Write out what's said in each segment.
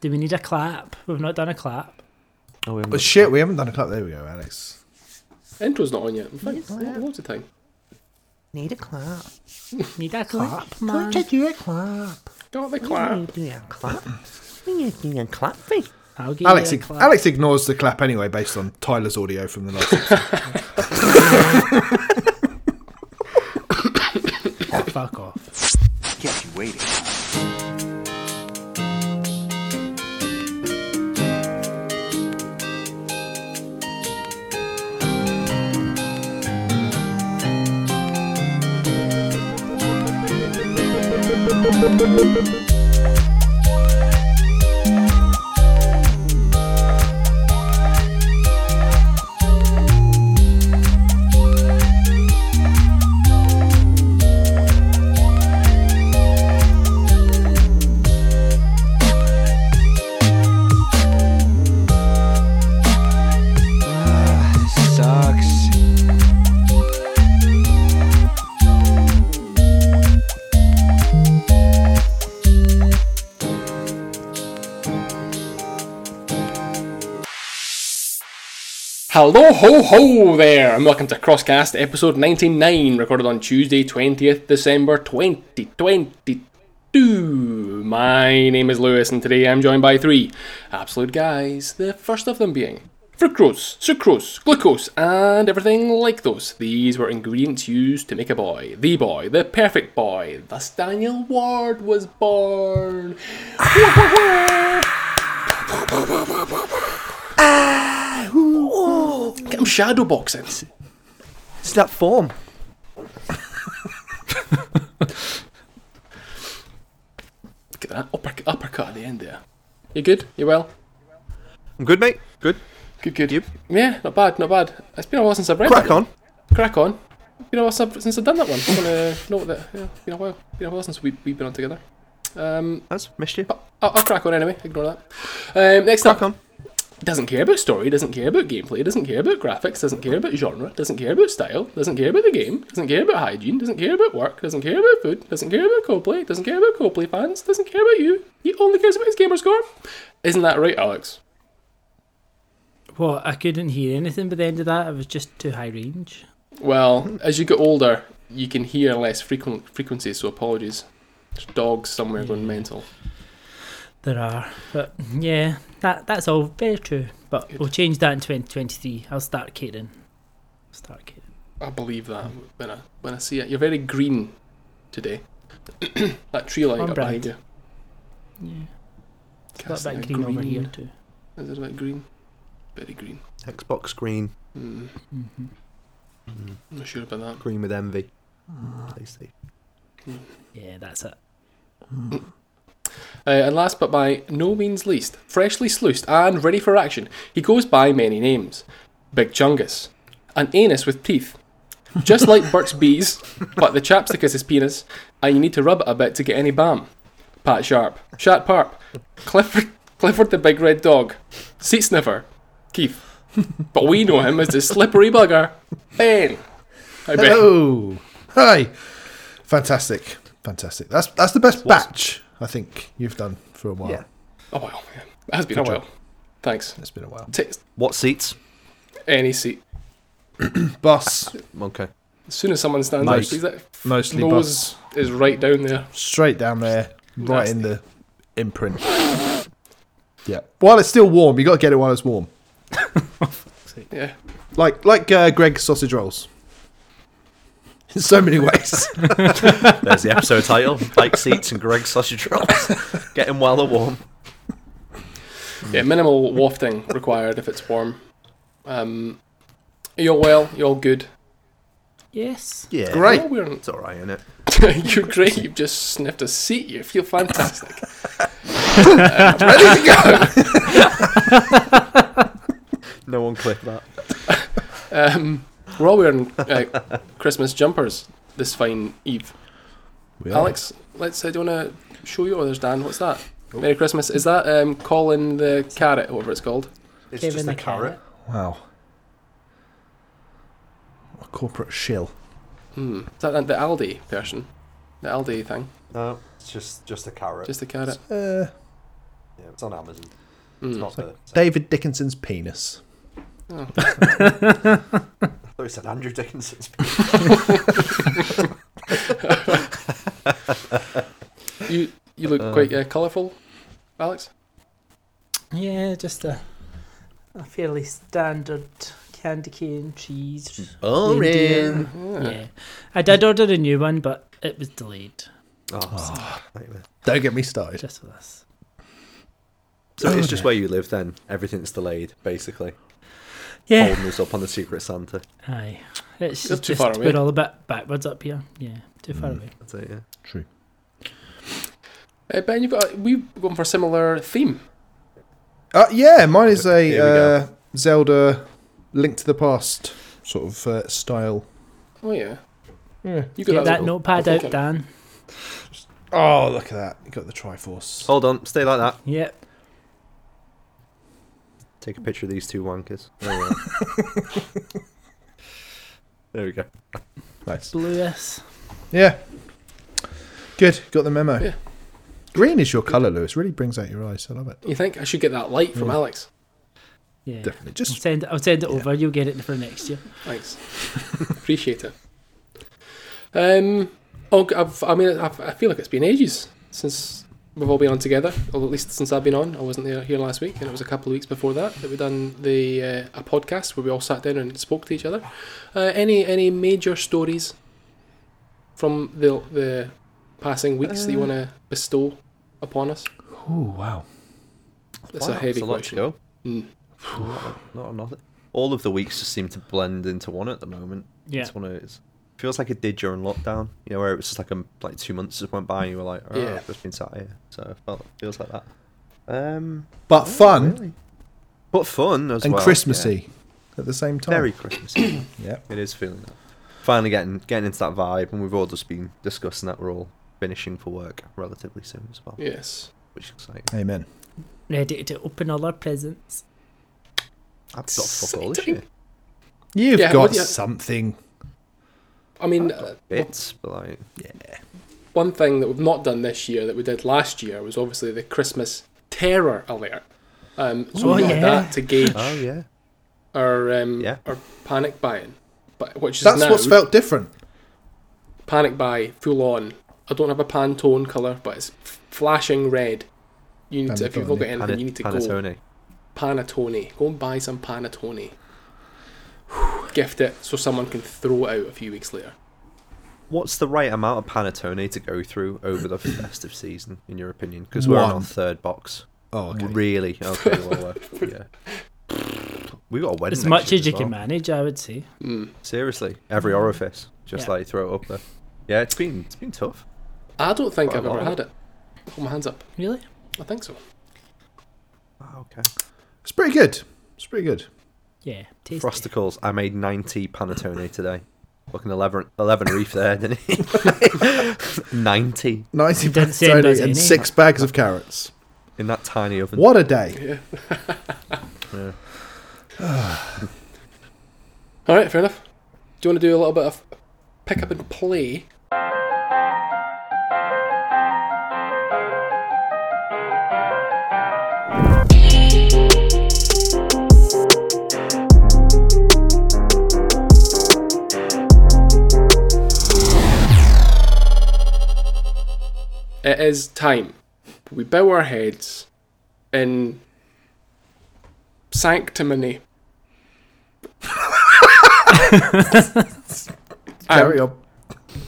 Do we need a clap? We've not done a clap. Oh, we haven't But got- shit, we haven't done a clap. There we go, Alex. Intro's not on yet. In fact, Yes, lo- yeah. loads of time. Need a clap. Need a clap, man. Don't you do a clap? Got the clap. Do a clap? What you doing a clap for? I'll give Alex, you a ig- clap. Alex ignores the clap anyway, based on Tyler's audio from the last. episode. fuck off. Kept you waiting. Sucks. Hello, ho, ho there, and welcome to Crosscast episode 99, recorded on Tuesday, 20th December 2022. My name is Lewis, and today I'm joined by three absolute guys, the first of them being. Fructose, sucrose, glucose, and everything like those. These were ingredients used to make a boy. The boy, the perfect boy. Thus, Daniel Ward was born. Get him shadow boxing. It's that form. Look at that uppercut, uppercut at the end there. You good? You well? I'm good, mate. Good. Good, good. You? Yeah, not bad, not bad. It's been a while since I've read Crack that. on. Crack on. Been a while since since I've done that one. I wanna know what that. Yeah, been a while. Been a while since we we've been on together. Um, That's missed you. but I'll, I'll crack on anyway. Ignore that. Um, next Crack up, on. doesn't care about story, doesn't care about gameplay, doesn't care about graphics, doesn't care about genre, doesn't care about style, doesn't care about the game, doesn't care about hygiene, doesn't care about work, doesn't care about food, doesn't care about co-play, doesn't care about co-play fans, doesn't care about you. He only cares about his gamer score. Isn't that right, Alex? What? I couldn't hear anything by the end of that. It was just too high range. Well, as you get older, you can hear less frequent frequencies, so apologies. There's dogs somewhere going mental. There are, but yeah, that that's all very true. But Good. we'll change that in 2023. I'll start catering. Start catering. I believe that when I when I see it. You're very green today. that tree light On up behind brand. you. Yeah, it's Casts got a a bit green, over green- here too. Is it a bit green? Very green. Xbox green. Mm, hmm I'm not sure about that. Green with envy. Tasty. Yeah, that's it. Uh, and last but by no means least, freshly sluiced and ready for action, he goes by many names Big Chungus, an anus with teeth, just like Burt's Bees, but the chapstick is his penis, and you need to rub it a bit to get any balm. Pat Sharp, Shat Parp, Clifford, Clifford the Big Red Dog, Seat Sniffer, Keith. But we know him as the slippery bugger, Ben. Hi, Ben. Hello. Hi. Fantastic. Fantastic. That's that's the best batch I think you've done for a while. Yeah. Oh, well, yeah. It has been a Good while. job. Thanks. It's been a while. Takes What seats? any seat. Bus. Okay. As soon as someone stands Nice. up, that Mostly bus. nose is right down there. Straight down there. Right in Nasty. the imprint. yeah. While it's still warm, you got to get it while it's warm. Yeah. Like like uh, Greg's sausage rolls. In so many ways. There's the episode title. Bike seats and Greg sausage rolls. Get him while they're warm. Hmm. Yeah, minimal wafting required if it's warm. Um, you're well, you're all good. Yes. Yeah. Great. Well, we're- It's alright, isn't it? you're great, you've just sniffed a seat, you feel fantastic. No one clip that. Um, we're all wearing uh, Christmas jumpers this fine eve. We are. Alex, let's, uh, do you want to show you? Oh, there's Dan, what's that? Merry Christmas. Is that um, Colin the Carrot, whatever it's called? It's Kevin just the a carrot. Wow. A corporate shill. Hmm. Is that the Aldi version? The Aldi thing? No, it's just just a carrot. Just the carrot? Uh, Yeah, it's on Amazon. Hmm. It's not there. David Dickinson's penis. I thought it said Andrew Dickinson's. You you look quite uh, colourful, Alex. Yeah, just a, a fairly standard candy cane cheese. Boring. Indian. Yeah. I did order a new one, but it was delayed Oh, nightmare. Don't get me started. just for this. so it's just where you live then. Everything's delayed, basically. Yeah. Holding us up on the Secret Santa. Aye. It's You're just, too far away. we're all a bit backwards up here. Yeah. Too far away. That's it, yeah. True. Uh, ben, you've got we've gone for a similar theme. Uh, yeah, mine is a Here we go. uh, Zelda Link to the Past sort of uh, style. Oh yeah, Yeah. you Get got that. that one. notepad I think out, I- Dan. Oh, look at that. You got the Triforce. Hold on, stay like that. Yep. Take a picture of these two wankers. There we go. there we go. Nice. Lewis. Yeah. Good. Got the memo. Yeah. Green is your colour, Lewis. Really brings out your eyes. I love it. You think I should get that light from Alex? Yeah. Definitely. I'll Just send it, I'll send it over. You'll get it for next year. Thanks, appreciate it. Um, oh, g- I've, I mean, I've, I feel like it's been ages since we've all been on together, or at least since I've been on. I wasn't there here last week, and it was a couple of weeks before that that we done the uh, a podcast where we all sat down and spoke to each other. Uh, any any major stories from the the passing weeks that you want to bestow upon us? Oh wow. That's Wow, a heavy it's lot to question. go. Mm. Not nothing. All of the weeks just seem to blend into one at the moment. Yeah. It's one of it's, feels like it did during lockdown. You know, where it was just like um like two months just went by and you were like, oh, Yeah. I've just been sat here. So it felt, feels like that. Um, But fun really. but fun as and well. yeah. Christmassy at the same time. Very Christmassy. Yeah. It is feeling that. Finally getting getting into that vibe, and we've all just been discussing that we're all finishing for work relatively soon as well, Yes. which is exciting. Amen. Ready to open all our presents. I've got fuck all this year. You've Yeah, what got do you- something. I mean, uh, Bits, but like One thing that we've not done this year that we did last year was obviously the Christmas terror alert. Um, so Oh, we yeah. had that to gauge oh yeah, our um, Yeah. our panic buying, but which is That's now what's felt different. panic buy full on. I don't have a Pantone color, but it's f- flashing red. You need to, if you've not got Panettone. anything, Pan- you need to go Panettone. Panettone. Go and buy some Panettone. Gift it so someone can throw it out a few weeks later. What's the right amount of panettone to go through over the festive season, in your opinion? Because we're on our One. third box. Oh, okay. Really? Okay. Well, uh, yeah. We got a wedding. As next much year as you can well. manage, I would say. Hmm. Seriously, every orifice, just Yeah. like throw it up there. Yeah, it's been it's been tough. I don't think Quite a I've ever lot. had it. Hold my hands up. Really? I think so. Oh, okay. It's pretty good. It's pretty good. Yeah. Tasty. Frosticles. I made 90 panettone today. Fucking 11, 11 reef there, didn't he? 90 Ninety Didn't send us panettone any. and six bags of carrots. in that tiny oven. What a day! Yeah. All right, fair enough. Do you want to do a little bit of pick up and play? It is time. We bow our heads in sanctimony. Carry on.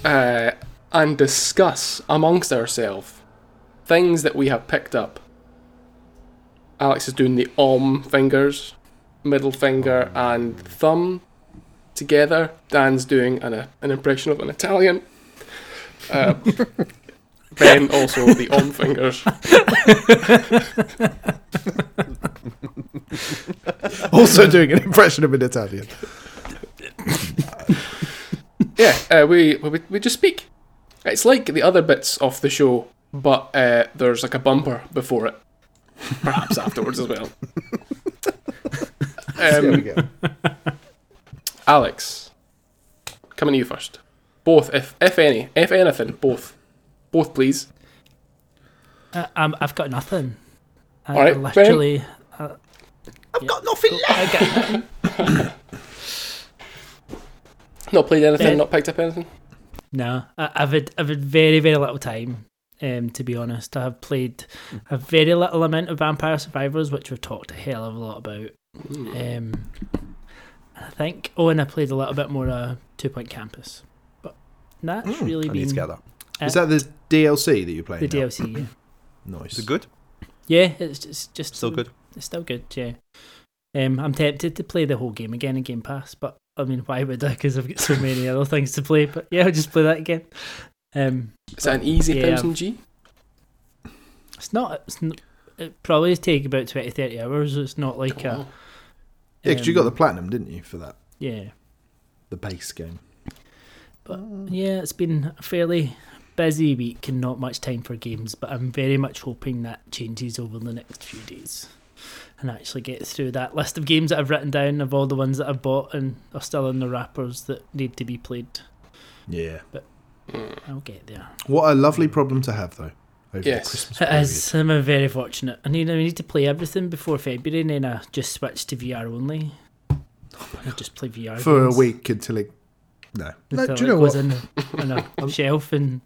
uh, and discuss amongst ourselves things that we have picked up. Alex is doing the om fingers, middle finger, and thumb together. Dan's doing an, uh, an impression of an Italian. Uh, ben also the om fingers. Also doing an impression of an Italian. yeah, uh, we, we we just speak. It's like the other bits of the show, but uh, there's like a bumper before it, perhaps afterwards as well. There we um, go. Alex, coming to you first. Both, if if any, if anything, both, both, please. Uh, um, I've got nothing. I, All right, I Ben. literally. I've got nothing left. Oh, I get- Not played anything, Eh. not picked up anything. no, I, I've had I've had very very little time. Um, to be honest, I have played a very little amount of Vampire Survivors, which we've talked a hell of a lot about. Um, I think. Oh, and I played a little bit more uh, Two Point Campus, but that's Hmm, really I been uh, need to get that. Is that the DLC that you're the playing? now? DLC. Yeah, Nice. Is it good? yeah, it's just just Still good. It's still good. Yeah, um, I'm tempted to play the whole game again in Game Pass, but I mean, why would I? Because I've got so many other things to play. But yeah, I'll just play that again. Um, Is that an easy Yeah. thousand G? It's not. It's n it probably take about 20, 30 hours. It's not like a. Oh. Yeah, because you got um, the platinum, didn't you, for that? Yeah, The base game. yeah. It's been a fairly busy week and not much time for games, but I'm very much hoping that changes over the next few days, and I actually get through that list of games that I've written down of all the ones that I've bought and are still in the wrappers that need to be played. Yeah. I'll get there. What a lovely problem to have, though. Over Yes. the Christmas It period. is. I'm uh, very fortunate. I need. I need to play everything before February, and then I just switch to VR only. I just play VR For a games week until it. No. No, until do you know it goes what? in on a shelf and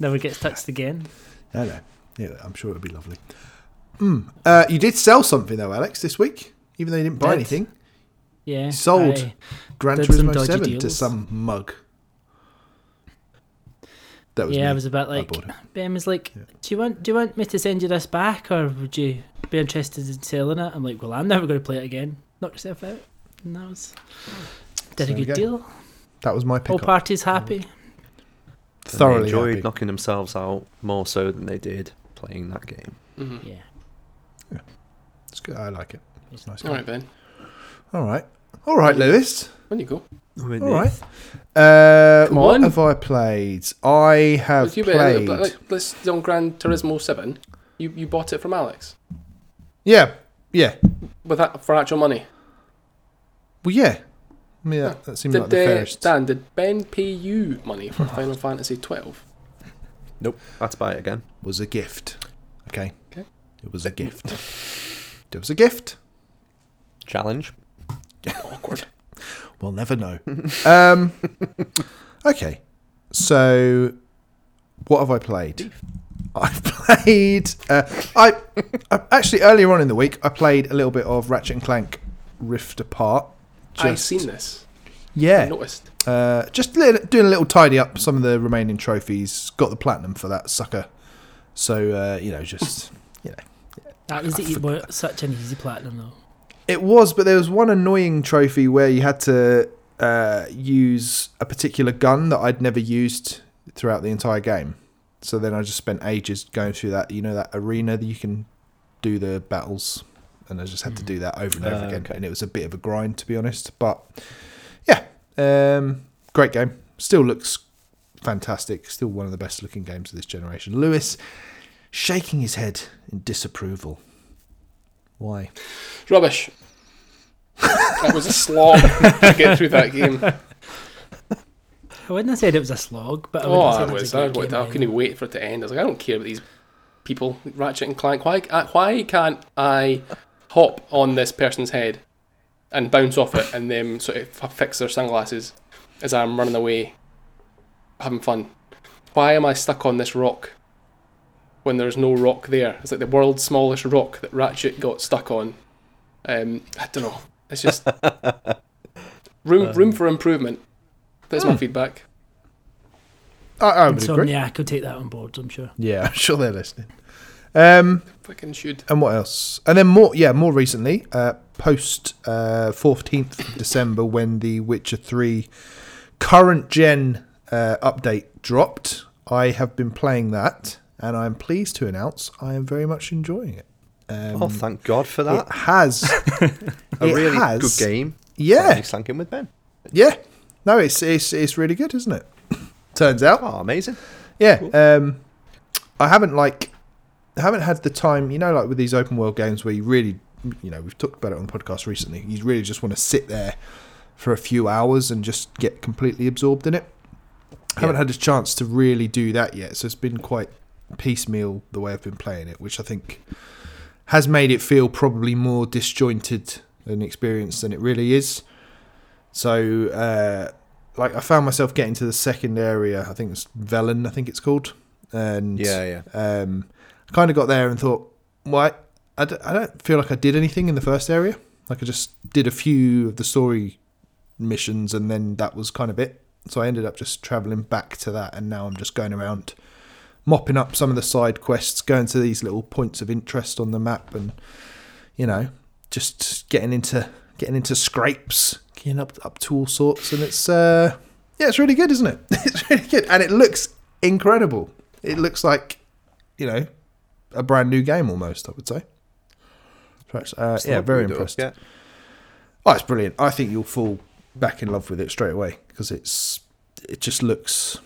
never gets touched again. No, no. Yeah, I'm sure it'll be lovely. Mm. Uh, you did sell something, though, Alex, this week, even though you didn't buy Did. anything. Yeah, Sold. I- Gran Did some Turismo dodgy 7 to deals. some mug. That was yeah, me. I was about like bought it. Ben was like, "Do you want? Do you want me to send you this back, or would you be interested in selling it?" I'm like, "Well, I'm never going to play it again. Knock yourself out." And that was did So a there you good go. deal. That was my All pick. parties happy. And they Thoroughly enjoyed happy. knocking themselves out more so than they did playing that game. Mhm. Yeah. It's good. I like it. It's nice. All right, Ben. All right. All right, Lewis. When you go? All right. Uh, Come what on. have I played? I have Look, you better, played. but like, let's on Gran Turismo Seven. You you bought it from Alex Yeah, yeah. with that for actual money. Well, yeah. I mean, that, that seemed Did like the uh, fairest. Dan did Ben pay you money for Final Fantasy Twelve? Nope. I had to buy it again. was a gift. Okay. Okay. It was a gift. it was a gift. Challenge. Awkward. We'll never know. um, okay. So, what have I played? I've played. Uh, I, I actually earlier on in the week I played a little bit of Ratchet and Clank Rift Apart. I've seen this. I Yeah. noticed. Uh, just li- doing a little tidy up some of the remaining trophies. Got the platinum for that sucker. So uh, you know, just you know, That was the e- well, such an easy platinum though. it was. But there was one annoying trophy where you had to uh, use a particular gun that I'd never used throughout the entire game. So then I just spent ages going through that. You know that arena that you can do the battles, and I just had to do that over and over Ah, again. okay. And it was a bit of a grind to be honest. But yeah, um, great game. Still looks fantastic. Still one of the best looking games of this generation. Lewis shaking his head in disapproval. Why? Rubbish. that was a slog to get through that game. I wouldn't have said it was a slog, but I Oh, wouldn't I say was. a I, good was- game eh? I couldn't either. wait for it to end. I was like, I don't care about these people, Ratchet and Clank. Why, uh, why can't I hop on this person's head and bounce off it and then sort of f- fix their sunglasses as I'm running away, having fun? Why am I stuck on this rock when there's no rock there? It's like the world's smallest rock that Ratchet got stuck on. Um, I don't know. It's just Um, room room for improvement. That's hmm. my feedback. I, I would agree. Insomniac will take that on board, I'm sure. Yeah, I'm sure they're listening. Um, Fucking should. and what else? And then more. Yeah, more recently, uh, post uh, fourteenth of December, when the Witcher Three current gen uh, update dropped, I have been playing that, and I am pleased to announce I am very much enjoying it. Um, oh, thank God for it that. has A it really has- good game. Yeah, You slank in with Ben. yeah. No, it's it's it's really good, isn't it? Turns out. Oh, amazing. Yeah. Um, I haven't like, I haven't had the time. You know, like with these open world games where you really, you know, we've talked about it on the podcast recently. You really just want to sit there for a few hours and just get completely absorbed in it. I haven't had a chance to really do that yet, so it's been quite piecemeal the way I've been playing it, which I think has made it feel probably more disjointed an experience than it really is. So, uh, like, I found myself getting to the second area. I think it's Velen. I think it's called. And Yeah, yeah. um, kind of got there and thought, why? I d- I don't feel like I did anything in the first area. Like I just did a few of the story missions and then that was kind of it. So I ended up just traveling back to that and now I'm just going around mopping up some of the side quests, going to these little points of interest on the map and you know, just getting into getting into scrapes, getting up up to all sorts and it's uh yeah, it's really good, isn't it? It's really good and it looks incredible. It looks like you know, a brand new game almost, I would say. So it's, uh, yeah, not very good, though. impressed. Yeah. Oh, it's brilliant. I think you'll fall back in love with it straight away because it's it just looks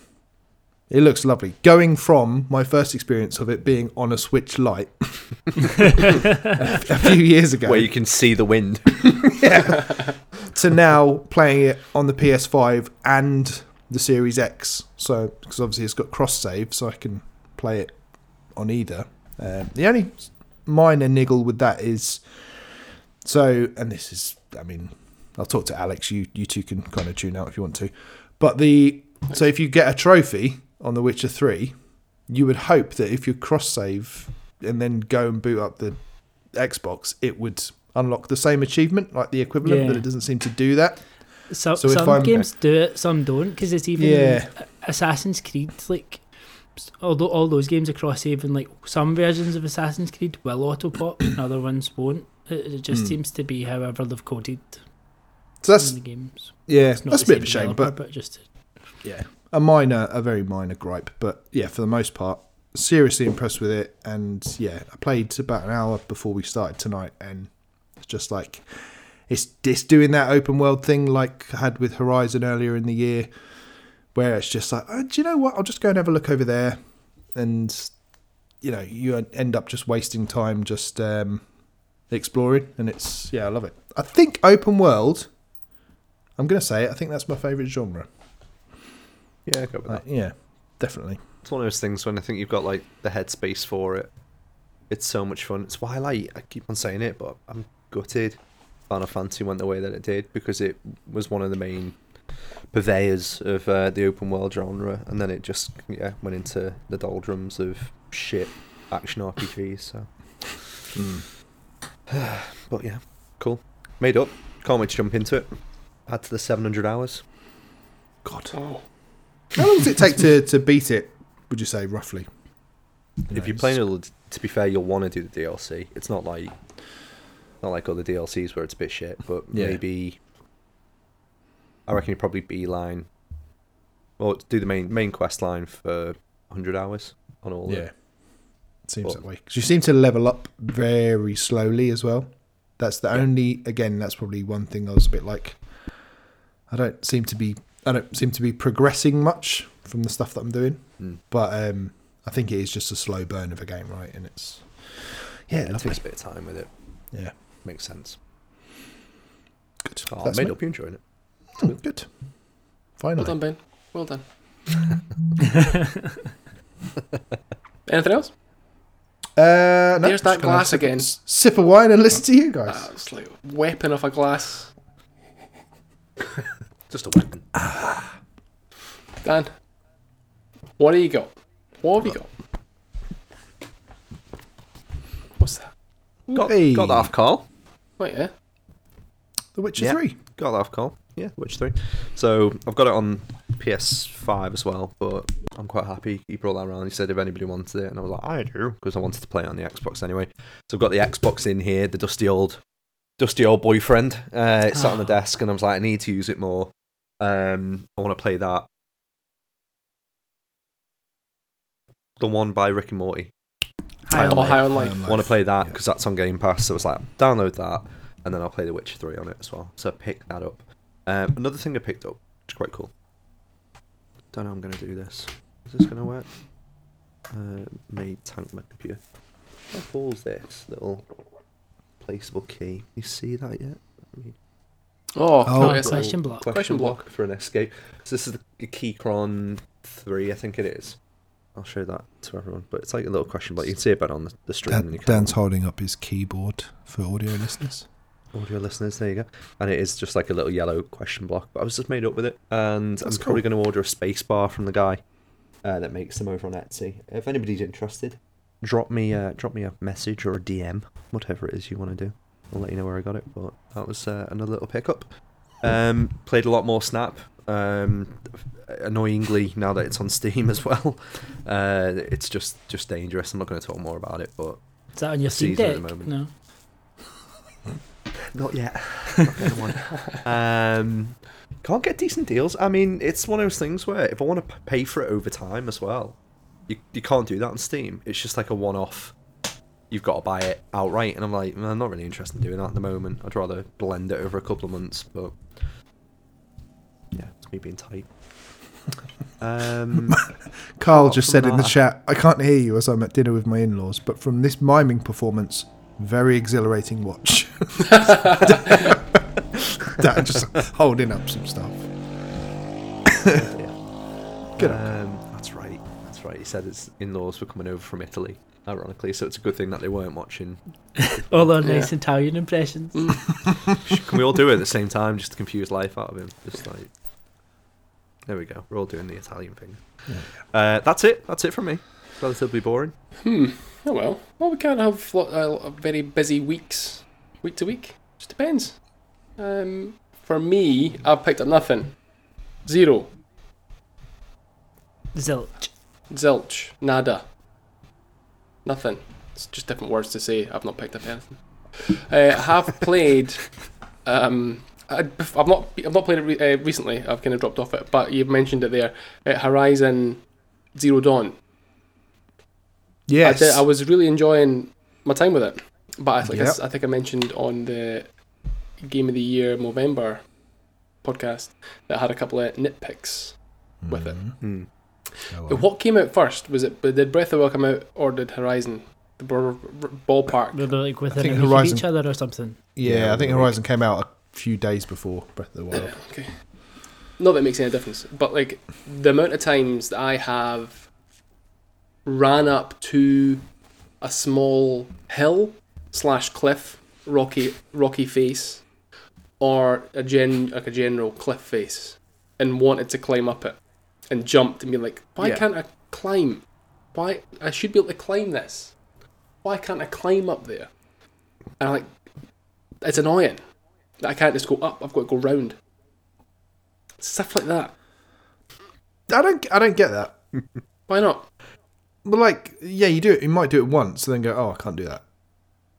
it looks lovely. Going from my first experience of it being on a Switch Lite a few years ago Where you can see the wind. to now playing it on the PS5 and the Series X. So because obviously it's got cross save, so I can play it on either. Um, the only minor niggle with that is so, and this is, I mean, I'll talk to Alex. You you two can kind of tune out if you want to, but the so if you get a trophy on The Witcher Three, you would hope that if you cross save and then go and boot up the Xbox, it would unlock the same achievement, like the equivalent, but Yeah. it doesn't seem to do that. So, So if some I'm- games do it, some don't, because it's even Yeah. Assassin's Creed. Like, s- although all those games are cross saving, like some versions of Assassin's Creed will auto pop, and other ones won't. It, it just seems to be however they've coded So Hmm. that's in the games. yeah, Mm, It's not that's a the bit of a same shame, developer, but just yeah, a minor, a very minor gripe. But yeah, for the most part, seriously impressed with it. And yeah, I played about an hour before we started tonight, and it's just like it's it's doing that open world thing like I had with Horizon earlier in the year, where it's just like, oh, do you know what? I'll just go and have a look over there, and you know, you end up just wasting time just um, exploring, and it's yeah, I love it. I think open world. I'm gonna say it. I think that's my favourite genre. yeah, go with Like, that. yeah, definitely. It's one of those things when I think you've got like the headspace for it. It's so much fun. It's why I like I keep on saying it, but I'm gutted. Final Fantasy went the way that it did because it was one of the main purveyors of uh, the open world genre, and then it just yeah went into the doldrums of shit action RPGs. So, Hmm. but yeah, cool. Made up. Can't wait to jump into it. Add to the 700 hours. God, Oh. how long does it take to, to beat it? Would you say roughly? if you're Nice. playing it, to be fair, you'll want to do the DLC. It's not like not like other DLCs where it's a bit shit, but Yeah. maybe I reckon you probably beeline. Well, do the main main quest line for 100 hours on all. yeah, seems Well- that way. 'Cause you seem to level up very slowly as well. That's the only again. That's probably one thing I was a bit like. I don't seem to be. I don't seem to be progressing much from the stuff that I'm doing. Mm. But um, I think it is just a slow burn of a game, right? And it's yeah, the, it lovely. takes a bit of time with it. Yeah, Makes sense. good. Oh, That's made me. up. You enjoying it? Hmm, good. Finally. Well done, Ben. Well done. Anything else? Uh, no, There's that just gonna glass sip- again. s- Sip a wine and listen to you guys. Ah, it's like a weapon of a glass. Just a weapon. Dan, what do you got? What have you got? What's that? Got, Hey. got that off Carl. Wait, eh? yeah. the Witcher yeah. Three. Got that off Carl. Yeah, Witch 3. So I've got it on PS5 as well, but I'm quite happy he brought that around. He said if anybody wanted it, and I was like, I do, because I wanted to play it on the Xbox anyway. So I've got the Xbox in here, the dusty old, dusty old boyfriend. Uh, it sat on the desk, and I was like, I need to use it more. Um, I want to play that. The one by Rick and Morty. High Oh, on life. high on life. want to play that because that's on Game Pass. So it's like download that, and then I'll play The Witcher Three on it as well. So pick that up. Um, another thing I picked up, which is quite cool. Don't know how I'm gonna do this. Is this gonna work? Uh, may tank my computer. How cool's this little placeable key? You see that yet? Let me- Oh, Oh, oh yes. question block. Question, Question block. for an escape. So this is the Keychron three, I think it is. I'll show that to everyone. But it's like a little question, but you can see it better on the, the stream. than Dan, you can Dan's holding up his keyboard for audio listeners. audio listeners. There you go. And it is just like a little yellow question block, but I was just made up with it. And That's I'm probably going to order a space bar from the guy uh, that makes them over on Etsy. If anybody's interested, drop me uh, drop me a message or a DM, whatever it is you want to do. I'll let you know where I got it. But that was uh, another little pickup. Um, played a lot more Snap. Um, annoyingly, now that it's on Steam as well, uh, it's just just dangerous. I'm not going to talk more about it, but Is that on your Steam Season at Deck? the moment. No. Not yet. Not gonna want. um, can't get decent deals. I mean, it's one of those things where if I want to pay for it over time as well, you, you can't do that on Steam. It's just like a one off. You've got to buy it outright, and I'm like, "Mm, I'm not really interested in doing that at the moment. I'd rather blend it over a couple of months, but yeah, it's me being tight. Um, Carl Apart just from said in the that- chat, I can't hear you as I'm at dinner with my in laws, but from this miming performance, very exhilarating watch. Dan just holding up some stuff. Good on Um, that's right. That's right. He said his in-laws were coming over from Italy, ironically. So it's a good thing that they weren't watching All our nice Yeah. Italian impressions. Can we all do it at the same time just to confuse life out of him? Just like. There we go. We're all doing the Italian thing. Uh, that's it. That's it from me. Relatively boring. Oh well. Well, we can't have lo- uh, very busy weeks, week to week. Just depends. Um, for me, I've picked up nothing. Zero. Zilch. Zilch. Nada. Nothing. It's just different words to say. I've not picked up anything. Uh, I have played. Um, I, I've not. I've not played it re- uh, recently. I've kind of dropped off it. But you've mentioned it there. Uh, Horizon Zero Dawn. I, Yes. did, I was really enjoying my time with it. But I, like I, s- Yep. I think I mentioned on the Game of the Year November podcast that I had a couple of nitpicks with it. Mm-hmm. Hmm. Oh, But well. What came out first? Was it did Breath of the Wild come out or did Horizon? The br- br- They're ballpark. like within a think week of Horizon- each other or something. Yeah, I think Horizon came out a few days before Breath of the Wild. Okay. Not that it makes any difference, but like the amount of times that I have ran up to a small hill slash cliff, rocky rocky face, or a gen like a general cliff face, and wanted to climb up it, and jumped and be like, why Yeah. can't I climb? Why I should be able to climb this? Why can't I climb up there? And I'm like, it's annoying that I can't just go up. I've got to go round. Stuff like that. I don't I don't get that. Why not? But like, yeah, you do it. You might do it once, and then go, "Oh, I can't do that."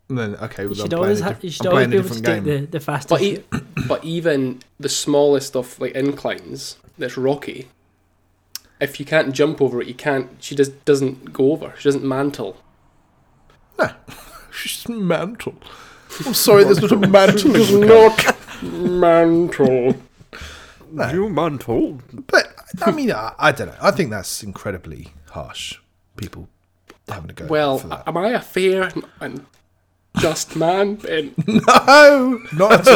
And then, okay, You well, I'm should playing, always, a, ha- diff- you should I'm always playing be a able to different take game. the, the fastest. But, e- but even the smallest of like inclines that's rocky, if you can't jump over it, you can't. She just doesn't go over. She doesn't mantle. She's mantle. I'm sorry, there's not a mantle. There's not. Mantle. You man told. But I mean, I, I don't know. I think that's incredibly harsh. People having to go. for Well, that. am I a fair and just man? Um, no, not at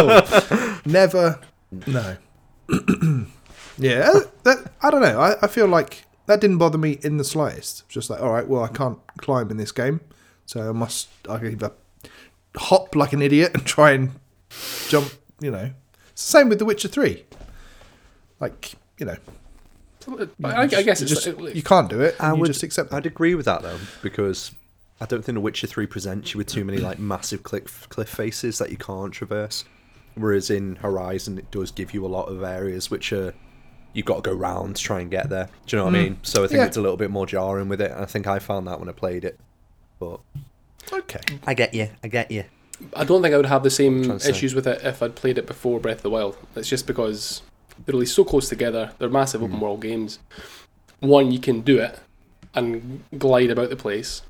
all. Never. No. yeah, that I don't know. I, I feel like that didn't bother me in the slightest. Just like, all right, well, I can't climb in this game, so I must I can either hop like an idiot and try and jump. You know, it's the same with The Witcher Three. Like, you know, I, I guess you it's just like- you can't do it. I And you would just accept that. I'd agree with that though because I don't think The Witcher Three presents you with too many like massive cliff cliff faces that you can't traverse. Whereas in Horizon, it does give you a lot of areas which are you've got to go round to try and get there. Do you know what I mean? So I think Yeah. it's a little bit more jarring with it. and I think I found that when I played it, but. Okay. I get you. I get you. I don't think I would have the same trying to say. issues with it if I'd played it before Breath of the Wild. It's just because they're released so close together. They're massive Mm. open world games. One, you can do it and glide about the place,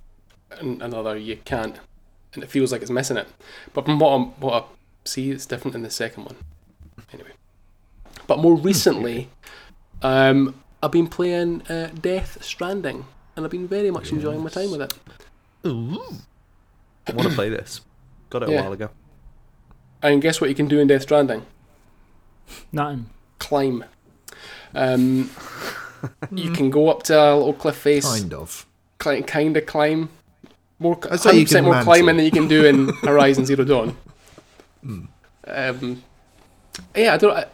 and another, you can't. And it feels like it's missing it. But from what, I'm, what I see, it's different in the second one. Anyway. But more recently, um, I've been playing uh, Death Stranding, and I've been very much enjoying my time with it. I want to play this. Got it Yeah. a while ago. And guess what you can do in Death Stranding? Nothing. climb. Um, You can go up to a little cliff face, Kind of. cli- kind of climb. More, I'd say you 100% can more mantle. climbing than you can do in Horizon Zero Dawn. Hmm. Um, yeah, I don't. I,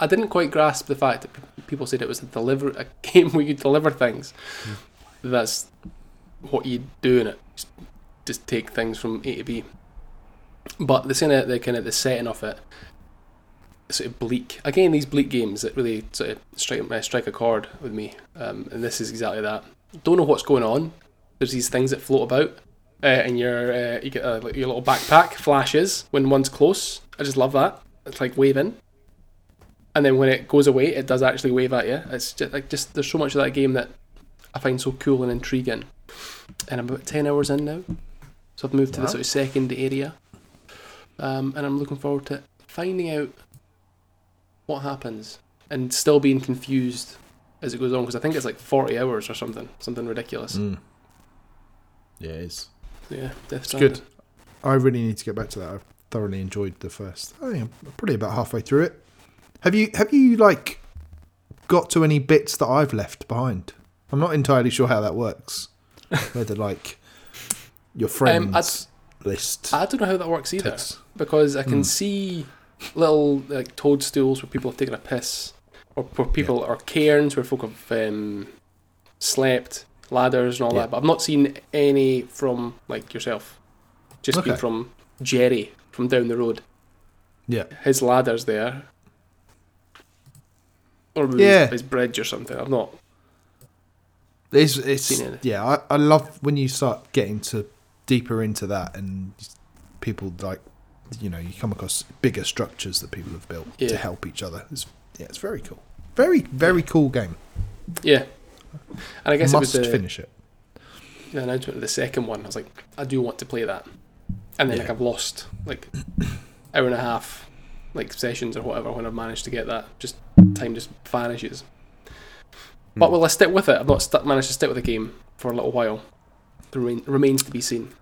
I didn't quite grasp the fact that p- people said it was a deliver a game where you deliver things. Hmm. That's what you do in it. Just, just take things from A to B. But the kind of the kind of the setting of it, sort of bleak. Again, these bleak games that really sort of strike uh, strike a chord with me. Um, and this is exactly that. Don't know what's going on. There's these things that float about, uh, and your uh, you get uh, like your little backpack flashes when one's close. I just love that. It's like waving, and then when it goes away, it does actually wave at you. It's just like just there's so much of that game that I find so cool and intriguing. And I'm about ten hours in now, so I've moved to the sort of second area, um, and I'm looking forward to finding out what happens and still being confused as it goes on because I think it's like 40 hours or something, something ridiculous. Mm. Yeah, it is. Yeah, Death It's good. I really need to get back to that. I've thoroughly enjoyed the first. I think I'm probably about halfway through it. Have you have you like got to any bits that I've left behind? I'm not entirely sure how that works. Whether like your Um, I- friends list I don't know how that works either takes- because I Hmm. can see little like toadstools where people have taken a piss, or where people or cairns where folk have um, slept, ladders and all Yeah. that. But I've not seen any from like yourself. Just been Okay. from Jerry from down the road. Yeah. his ladder's there. Or maybe Yeah. his, his bridge or something. I've not. It's, it's Seen it. yeah. I, I love when you start getting to deeper into that and people like you know you come across bigger structures that people have built Yeah. to help each other. It's, yeah, it's very cool. Very very cool game. Yeah. And I guess Must it was the, finish it. the announcement of the second one. I was like, I do want to play that. And then like I've lost like hour and a half like sessions or whatever when I've managed to get that. Just time just vanishes. Hmm. But will I stick with it? I've not stu managed to stick with the game for a little while. The remain, remains to be seen.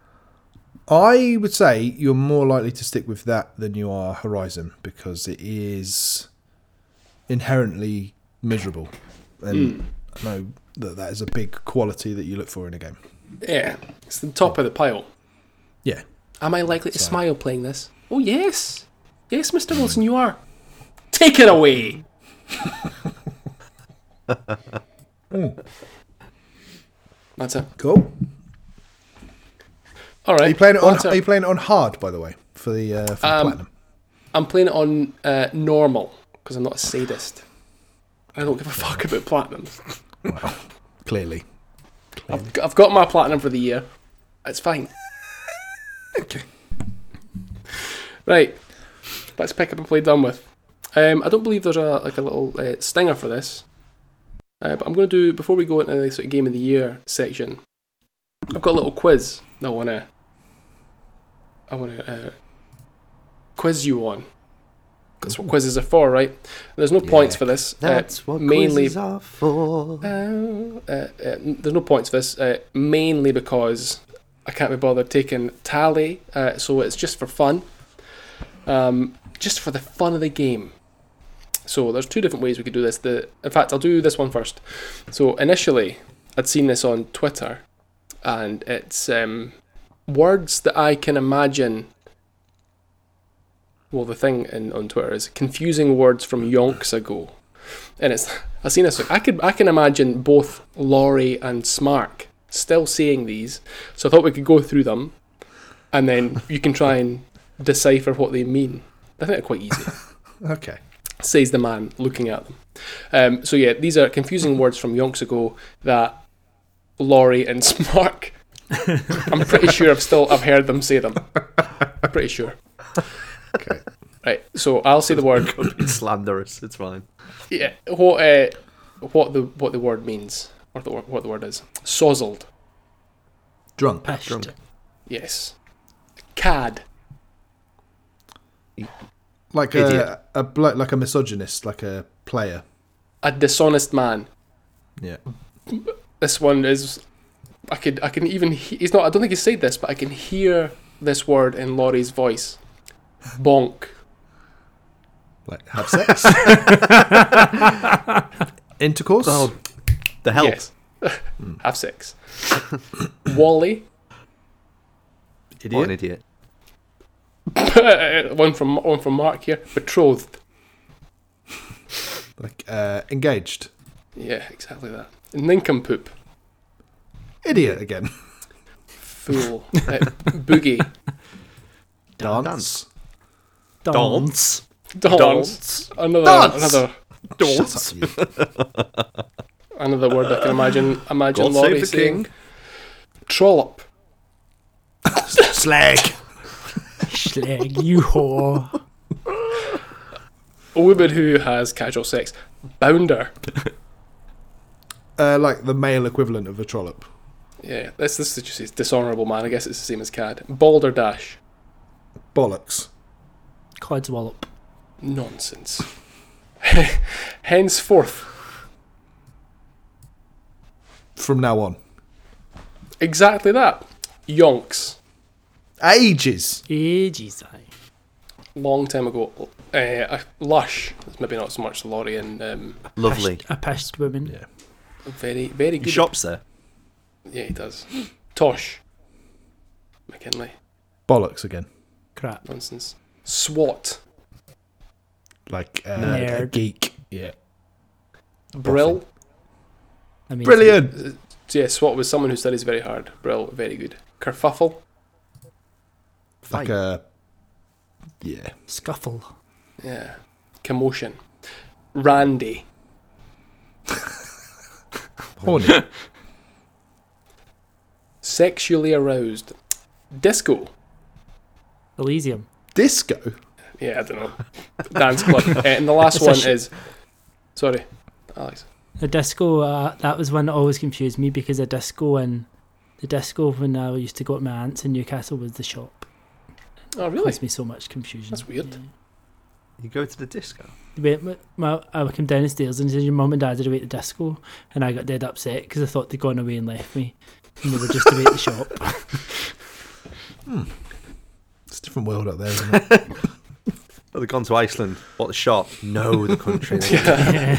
I would say you're more likely to stick with that than you are Horizon because it is inherently miserable, and Hmm. I know that that is a big quality that you look for in a game. Yeah, it's the top of the pile. Yeah, Am I likely to smile playing this? Oh, yes. Yes, Mr. Wilson, you are. Take it away. That's it. cool. All right. Are you playing it on? That's Are you playing it on hard, by the way, for the uh, for the Um, platinum? I'm playing it on uh, normal because I'm not a sadist. I don't give a fuck about platinums. Clearly, I've, g- I've got my platinum for the year. It's fine. okay. Right. Let's pick up and play done with. Um, I don't believe there's a like a little uh, stinger for this, uh, but I'm going to do before we go into the sort of game of the year section. I've got a little quiz that I want to I want to uh, quiz you on. That's what quizzes are for, right? There's no points for this. Hmm. uh, That's what mainly quizzes are for. uh, uh, there's no points for this, uh, mainly because I can't be bothered taking tally, uh, so it's just for fun, um, just for the fun of the game. So there's two different ways we could do this. The in fact, I'll do this one first. So initially, I'd seen this on Twitter, and it's um, words that I can imagine. Well, the thing in, on Twitter is confusing words from yonks ago and it's I've seen this. I could I can imagine both Laurie and Smark still saying these, so I thought we could go through them, and then you can try and decipher what they mean. I think they're quite easy Okay. says the man, looking at them. Um, so yeah, these are confusing words from yonks ago that Laurie and Smark. I'm pretty sure I've still I've heard them say them. Pretty sure. Okay. Right. So I'll say the word. It's slanderous. It's fine. Yeah. What uh, what the what the word means or the, wor- what the word is. Sozzled. Drunk. Pished. Yes. Cad. Like Idiot. a, a blo- like a misogynist, like a player. A dishonest man. Yeah. This one is. I could I can even he- he's not I don't think he said this but I can hear this word in Laurie's voice. Bonk. Like have sex. Intercourse. Oh, The help. Yes. Have sex. Wally. What an idiot. one from one from Mark here. Betrothed. Like uh, engaged. Yeah, exactly that. Nincompoop. Idiot again. Fool. Uh, boogie. Dance. Dance. Dolls. Another Dance. another Dance. another word I can imagine imagine God Laurie save the saying. king. Trollop. Slag. Schleg, you whore. A woman who has casual sex. Bounder. Uh, like the male equivalent of a trollop. Yeah, this this is just it's dishonourable man. I guess it's the same as cad. Balderdash. Bollocks. Codswallop. Nonsense. Henceforth. From now on. Exactly that. Yonks. Ages. Ages, Eh, aye. Long time ago. Uh, uh, lush. It's maybe not so much Laurie and um, Lovely. Pished- a pished woman. Yeah. very very He good. shops there. Yeah, he does. Tosh. McKinley. Bollocks again. Crap. Nonsense. SWAT. Like uh, Nerd. a geek. Yeah. Brill. Amazing. Brilliant. So yeah, SWAT was someone who studies very hard. Brill, very good. Kerfuffle. Like uh, a. Yeah. Scuffle. Yeah. Commotion. Randy. Horny. Sexually aroused. Disco. Elysium. Disco. Yeah, I don't know. Dance club. Uh, and the last It's a one sh- is. Sorry, Alex. The disco, uh, that was one that always confused me because the disco and the disco when I used to go to my aunt's in Newcastle was the shop. Oh, really? Caused me so much confusion. That's weird. Yeah. You go to the disco. Wait, my, my, I came downstairs and said, Your mum and dad are away at the disco. And I got dead upset because I thought they'd gone away and left me. And they were just away at the shop. It's a different world out there, isn't it? Oh, they've gone to Iceland. What the shop? No, the country. Yeah.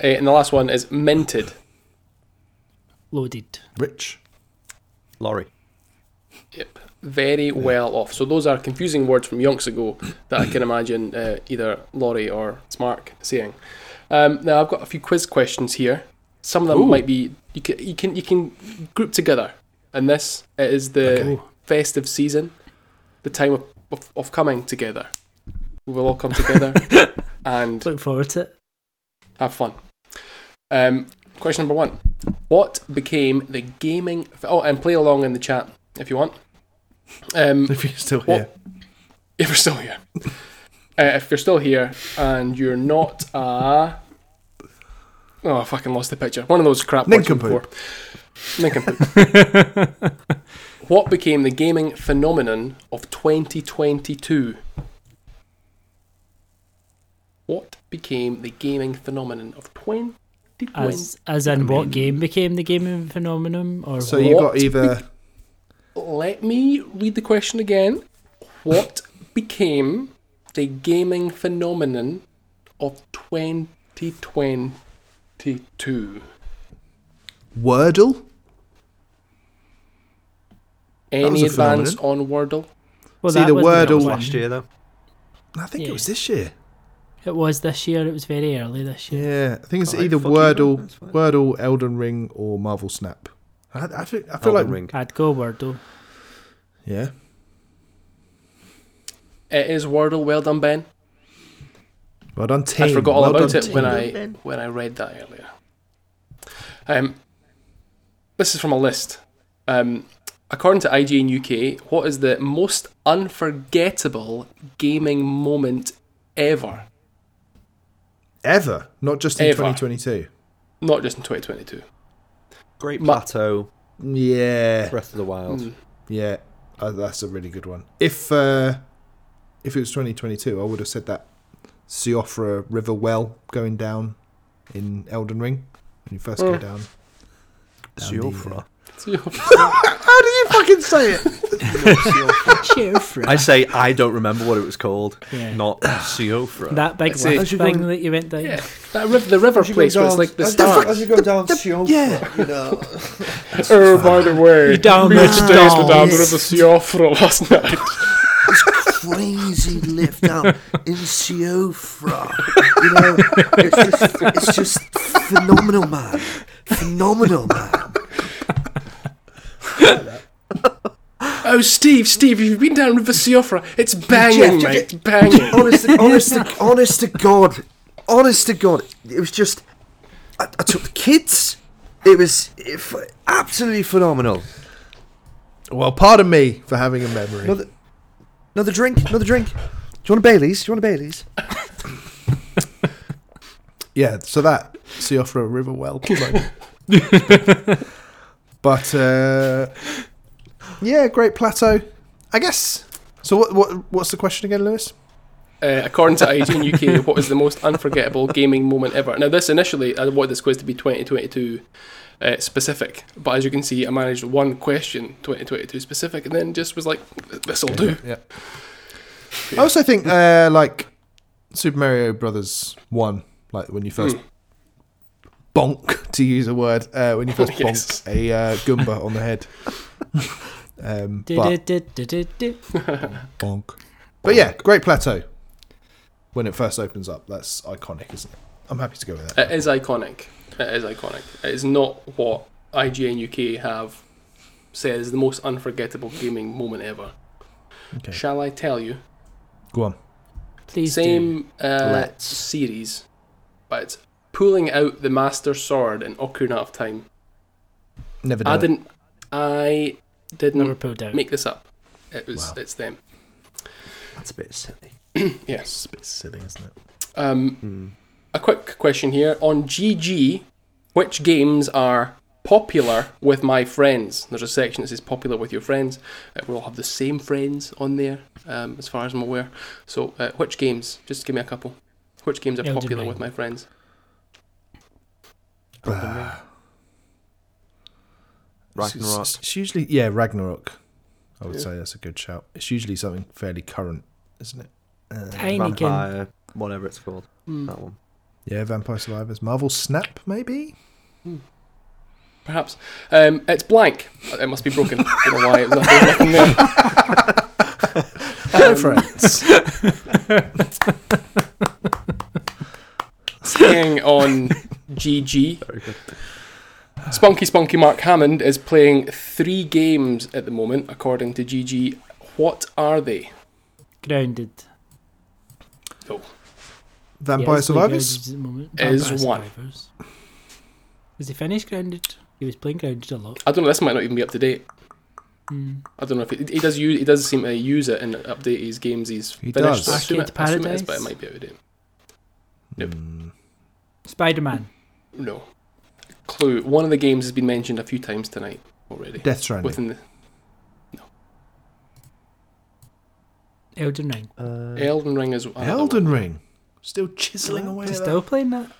Uh, and the last one is minted. Loaded. Rich. Laurie. Yep. Very well off. So those are confusing words from yonks ago that I can imagine uh, either Laurie or Smark saying. Um, now I've got a few quiz questions here. Some of them might be you can you can you can group together. And this is the Okay. festive season, the time of, of, of coming together. We will all come together and Look forward to it. have fun. Um, question number one: What became the gaming? Oh, and play along in the chat if you want. Um, If you're still What- here. if you're still here. Uh, if you're still here and you're not a. Oh, I fucking lost the picture. One of those crap words Nincompoop. before. Nincompoop. what became the gaming phenomenon of 2022? What became the gaming phenomenon of 2022? As, as in, what game became the gaming phenomenon? Or So what? you got What? either. Let me read the question again. What became the gaming phenomenon of 2022? Wordle? was Any a advance on Wordle? well, see, the was Wordle- one. Last year, though. I think Yeah. it was this year. It was this year. It was very early this year. Yeah, I think it's Alright, either fuck you then, Wordle, that's fine. Wordle, Elden Ring, or Marvel Snap. I, I feel, I feel Elden like Ring. I'd go Wordle. yeah, It Eh, is Wordle. Well done, Ben. well done team. I forgot all Well about done, it when team. I when I read that earlier. Um, this is from a list. Um, according to IGN UK, what is the most unforgettable gaming moment ever? ever, not just in Ever. 2022. Not just in 2022. Great Ma- Plateau. Mm. Yeah, Breath of the Wild. yeah, uh, that's a really good one. If uh, if it was 2022, I would have said that Siofra River well going down in Elden Ring when you Mm. first go down. Zulfra. So- How do you fucking say it? Cheerfra. I say I don't remember what it was called. Yeah. Not Seofra. that big Let's see. left As you thing go- that you went down. Yeah, that riv- the river place where it's like the stars. As you go down Seofra, yeah. you know, Oh, by the way, down there, the dolls. down the river Seofra last night. crazy lift down in Seofra. You know, it's just, it's just phenomenal, man. Phenomenal, man. Oh, Steve, Steve, you've been down river Seofra. It's banging, Jeff, mate, banging. Honest, to, honest, to, honest to God, honest to God, it was just. I, I took the kids. It was if, Absolutely phenomenal. Well, pardon me for having a memory. Another, another drink. Another drink. Do you want a Bailey's? Do you want a Bailey's? Yeah, so that Seofra River well. moment. but uh, yeah, Great Plateau. I guess. So what, what what's the question again, Lewis? Uh, according to IGN UK, what is the most unforgettable gaming moment ever? Now, this initially, I wanted this quiz to be 2022 uh, specific, but as you can see, I managed one question 2022 specific, and then just was like, "This'll do." Yeah. I also think uh, like Super Mario Brothers One, like when you first bonk to use a word, uh, when you first bonk Hmm. Yes. a uh, Goomba on the head. um, but, Du-du-du-du-du-du. bonk. but yeah, Great Plateau. When it first opens up, that's iconic, isn't it? I'm happy to go with that. It is iconic. It is iconic. It is not what IGN UK have said is the most unforgettable gaming moment ever. Okay. Shall I tell you? Go on. Please do. Same uh, Let's. series, but it's pulling out the Master Sword in Ocarina of Time. Never done I it. didn't. I Never didn't pulled out. make this up. It was. It's them. That's a bit silly. Yes. It's a bit silly, isn't it? Um, A quick question here on GG. Which games are popular with my friends? There's a section that says popular with your friends. Uh, we all have the same friends on there, um, as far as I'm aware. So, uh, which games? Just give me a couple. Which games are Elden popular Ring. with my friends? Ragnarok. It's, it's usually yeah, Ragnarok. I would say that's a good shout. It's usually something fairly current, isn't it? Uh, Heineken. Vampire. Whatever it's called. Hmm, That one. Yeah, Vampire Survivors, Marvel Snap, maybe. Perhaps. Um, it's blank. It must be broken. I don't know why it was up there. Um, Hello, friends. Staying on GG. Spunky Spunky Mark Hammond is playing three games at the moment, according to GG. What are they? Grounded. Oh, Vampire Yeah, it's really Survivors. grounded at the moment. Is Vampire one. Survivors. Was he finished grounded? He was playing grounded a lot. I don't know. This might not even be up to date. Mm. I don't know if it, he does. Use, he does seem to use it and update his games. He's He finished. does. I assume it, Arcade I assume it Paradise? is, but it might be out of date. Yep. Mm, Spider Man. No. Clue. One of the games has been mentioned a few times tonight already. Death Stranding. Within the Elden Ring. Elden Ring as well. Elden Ring. Still chiseling away. at Just that. still playing that?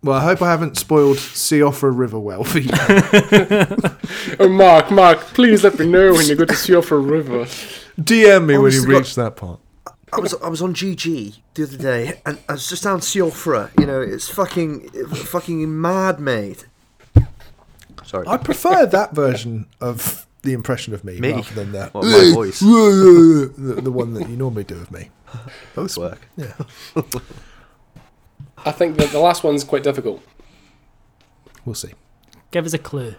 Well, I hope I haven't spoiled Seofra Riverwell for you. Oh, Mark, Mark, please let me know when you go to Seofra River. DM me when Honest you to God. reach that part. I was I was on GG the other day, and I was just down Seofra. You know, it's fucking fucking mad, mate. Sorry. I prefer that version of the impression of me, Me? rather than that. What, my voice? the, the one that you normally do of me. Both work. Yeah. I think that the last one's quite difficult. We'll see. Give us a clue.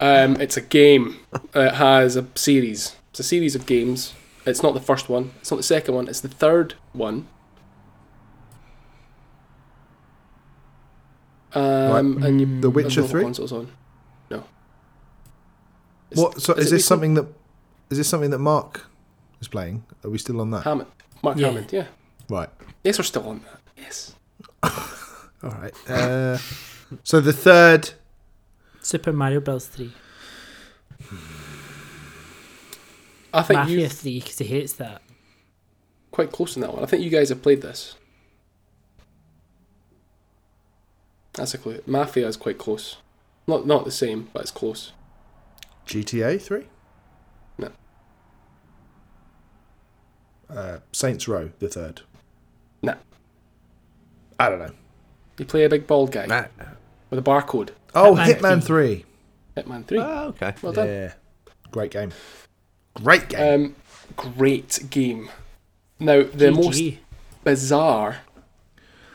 Um, it's a game. Uh, It has a series. It's a series of games. It's not the first one. It's not the second one. It's the third one. Um, and you, Hmm. The I don't Witcher know what Three. Console's on. No. It's- What? So is, it this recent? something that is this something that Mark is playing? Are we still on that? Hammond. Mark Yeah. Hammond. Yeah. right. Yes, we're still on that. Yes. All right. Uh, so the third. Super Mario Bros. 3. I think Mafia you 3, because he hates that. quite close in that one. I think you guys have played this. That's a clue. Mafia is quite close. Not not the same, but it's close. GTA three. Uh, Saints Row the third. Nah. I don't know. You play a big bald guy Nah. with a barcode. Oh, Hitman Hitman three. Three. Hitman 3. Oh, okay. well done. Yeah, great game. Great game. Um, great game. Now, the most GG. bizarre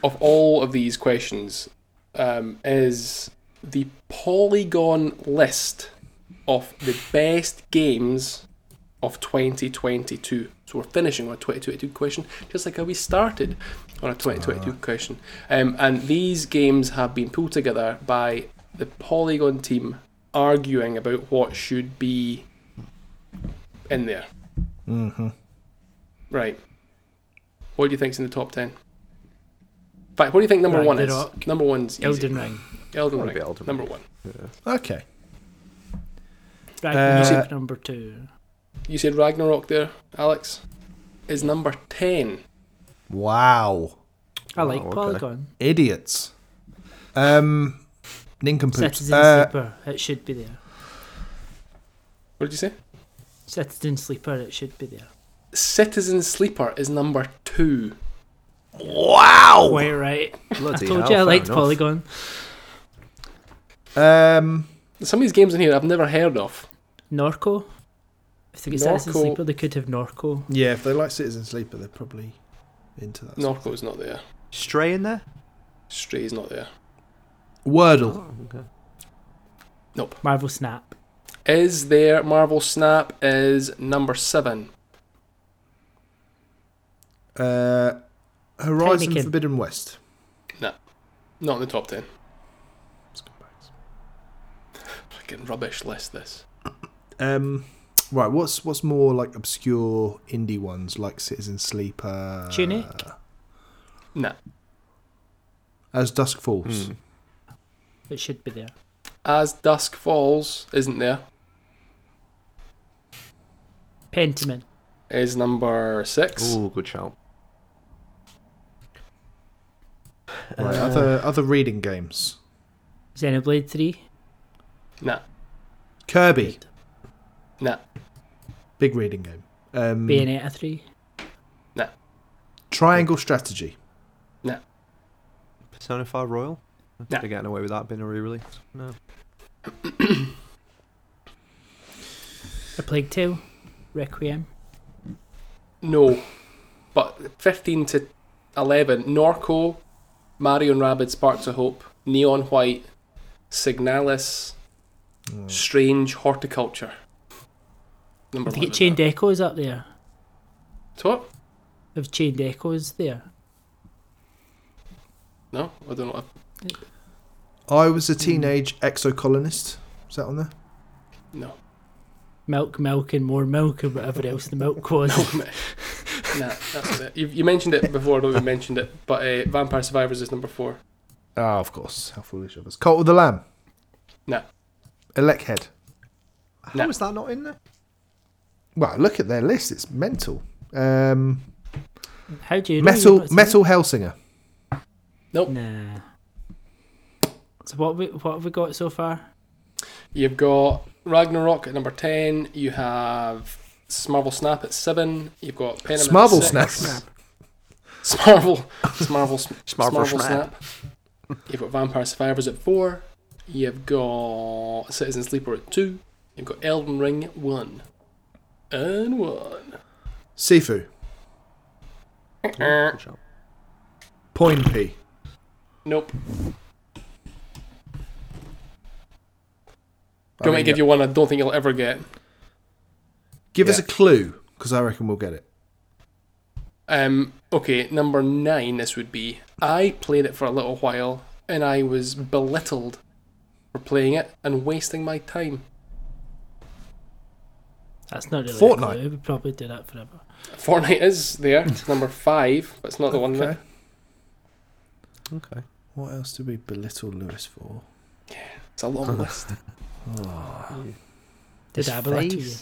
of all of these questions um, is the Polygon list of the best games of 2022. So we're finishing on a 2022 question, just like how we started on a 2022 question. Um, and these games have been pulled together by the Polygon team arguing about what should be in there. Mm-hmm. Right. What do you think's in the top ten? In fact, what do you think number one is? Ragnarok. Number one's easy. Elden Ring. Elden Gotta be Ring. Elden number Ring. one. okay. Ragnarok number two. You said Ragnarok there, Alex. Is number ten. Wow. I like okay. Polygon. Idiots. Um, nincompoops. Citizen Uh, Sleeper. It should be there. What did you say? Citizen Sleeper. It should be there. Citizen Sleeper is number two. Oh, Quite right. Bloody I told hell, you I fair liked enough. Polygon. um, Some of these games in here I've never heard of. Norco. If they get Citizen Norco. Sleeper, they could have Norco. yeah, if they like Citizen Sleeper, they're probably into that. Norco's not there. Stray in there? Stray's not there. Wordle. Nope. Marvel Snap. Is there Marvel Snap is number seven. Oh. Uh, Horizon Technican. Forbidden West. Not in the top ten. Fucking rubbish list this. Um, right. What's what's more like obscure indie ones like Citizen Sleeper? uh, Tunic. Nah. As Dusk Falls. It should be there. As Dusk Falls isn't there. Pentiment. Is number six. Ooh, good shout. Uh, Right, other other reading games. Xenoblade 3. Nah. Kirby. Good. Nah. Big reading game. Um, Bayonetta 3. Nah. Triangle Strategy. Nah. Persona 5 Royal? Nah. They're getting away with that being a re release. No. A Plague Tale. Requiem. No. But 15 to 11, Norco, Marion Rabid, Sparks of Hope, Neon White, Signalis, Strange Horticulture. Number If they one get is Chained that. Echoes up there. So what? If Chained Echoes there. No, I don't know. I was Hmm. a teenage exocolonist. Is that on there? No. Milk, milk, and more milk, and whatever else the milk was. Nah, that's it. You, you mentioned it before, I don't know if you mentioned it, but uh, Vampire Survivors is number four. Ah, of course. How foolish of us. Cult of the Lamb. Nah. Elect Head. How Nah. is that not in there? Well, look at their list. It's mental. Um, How do you know you've metal not seen Metal Hellsinger. it? Nah. So what we what have we got so far? You've got Ragnarok at number 10. You have Smarvel Snap at 7. You've got Pen Smarvel Snap. Smarvel. Smarvel, sm- Smarvel Smarvel Snap. Snap. You've got Vampire Survivors at 4. You've got Citizen Sleeper at 2. You've got Elden Ring at 1. And 1. Sifu. Mm-hmm. Uh-uh. Good shout. Poinpy. Nope. Do you want me to give you one I don't think you'll ever get? Give us a Yeah. clue, because I reckon we'll get it. Um, okay, number nine, this would be. I played it for a little while and I was belittled for playing it and wasting my time. That's not really Fortnite. A clue. We'd probably do that forever. Fortnite is there, it's number five, but it's not the one that. Okay. Okay. What else did we belittle Lewis for? It's a Uh-huh. long list. Did I belittle you?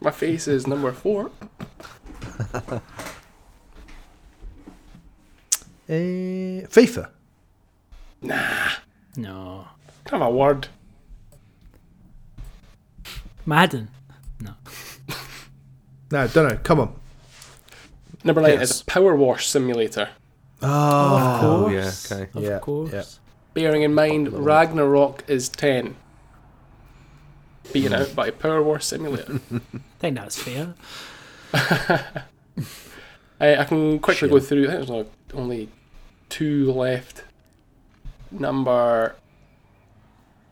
My face is number four. Uh, FIFA. No. Have a word. Madden. No, don't know. Come on. Number nine Yes. is Power Wash Simulator. Of Oh, Oh, course. yeah, okay. Of Yeah, course. yeah. Bearing in mind, Ragnarok is 10. Beaten out by Power Wash Simulator. I think that's fair. I, I can quickly go Shit. through, I think there's like only two left. Number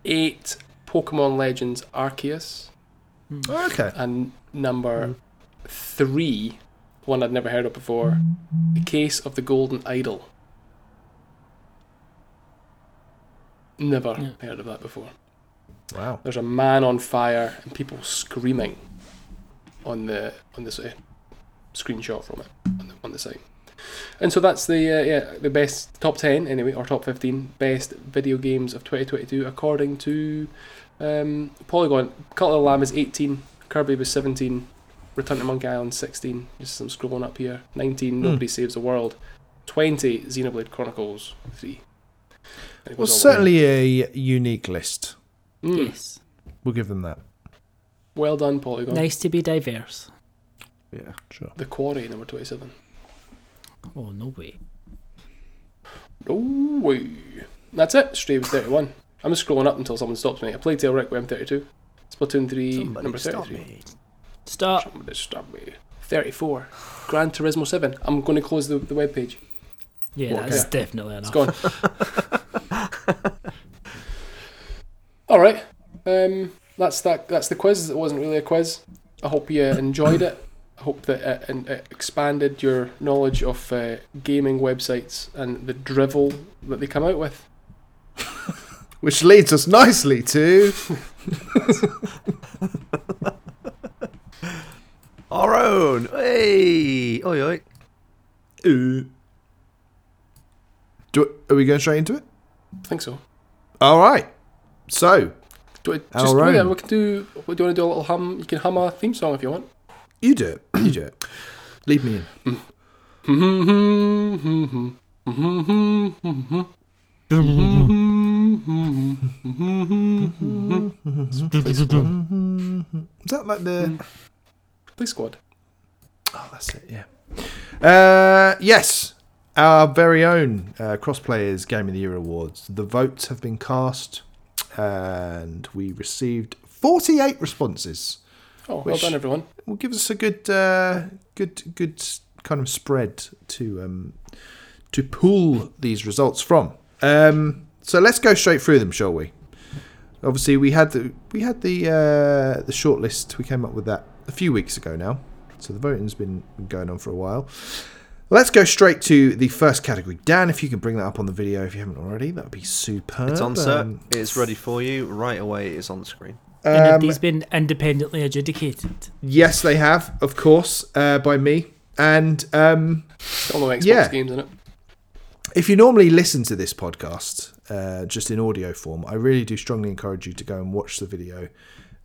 eight, Pokemon Legends Arceus. okay. And number three, one I'd never heard of before, The Case of the Golden Idol. Never heard of that before. Wow. There's a man on fire and people screaming on the on this uh, screenshot from it on the, on the site. And so that's the uh, yeah the best top ten anyway or top fifteen best video games of 2022 according to um, Polygon. Cult of the Lamb is 18, Kirby was 17, Return to Monkey Island 16. Just some scrolling up here. Hmm. 19, Nobody Saves the World. 20, Xenoblade Chronicles 3. And it Well, goes all the way. certainly a unique list. Hmm. Mm. Yes. We'll give them that. Well done, Polygon. Nice to be diverse. Yeah. Sure. The Quarry, number 27. Oh, no way. No way. That's it. Stray was 31. I'm just scrolling up until someone stops me. I played Tail Requiem 32. Splatoon 3, number 33. Stop. Somebody stop me. 34. Gran Turismo 7. I'm going to close the, the webpage. Yeah, What? that's Yeah. definitely It's enough. gone. All right. Um, that's that. That's the quiz. It wasn't really a quiz. I hope you enjoyed it. I hope that it, and it expanded your knowledge of uh, gaming websites and the drivel that they come out with. Which leads us nicely to Our own. Hey. Oi, oi. do, are we going straight into it? I think so. All right. So Do I, All just do right. that. We can do. Do you want to do a little hum? You can hum a theme song if you want. you do it. You do it. Leave me in. Is that like the? Play squad. Mm. Oh, that's it. Yeah. Uh, yes. Our very own uh, Crossplayers Game of the Year awards. The votes have been cast, and we received forty-eight responses. Oh, well Which- done, everyone. Well, give us a good, uh, good, good kind of spread to um, to pull these results from. Um, so let's go straight through them, shall we? Obviously, we had the we had the uh, the shortlist. We came up with that a few weeks ago now, so the voting's been going on for a while. Let's go straight to the first category. Dan, if you can bring that up on the video, if you haven't already, that would be superb. It's on, sir. Um, It's ready for you right away. It's on the screen. and um, if he's been independently adjudicated. yes, they have, of course, uh, by me. And um, All no Xbox Yeah. games in it. if you normally listen to this podcast uh, just in audio form, I really do strongly encourage you to go and watch the video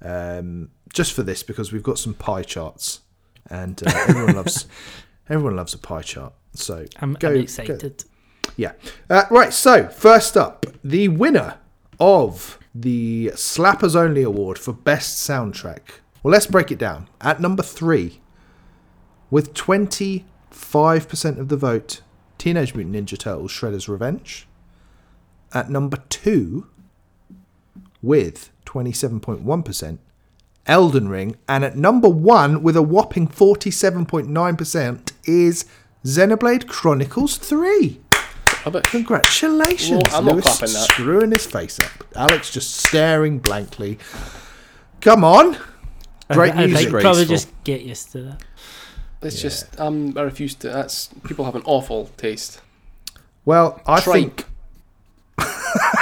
um, just for this because we've got some pie charts, and uh, everyone loves everyone loves a pie chart. So I'm, go- I'm go- excited. yeah. Uh, right. So first up, the winner of the Slappers Only Award for Best Soundtrack. Well, let's break it down. At number three, with twenty five percent of the vote, Teenage Mutant Ninja Turtles: Shredder's Revenge. At number two, with twenty seven point one percent. Elden Ring, and at number one with a whopping 47.9% is Xenoblade Chronicles 3. Love it. Congratulations, Well, I'm not Lewis clapping that. screwing his face up. Alex just staring blankly. Come on. Great I, I music. think probably Graceful. just get used to that. It's just um, I refuse to. That's people have an awful taste. Well, I Trike. think.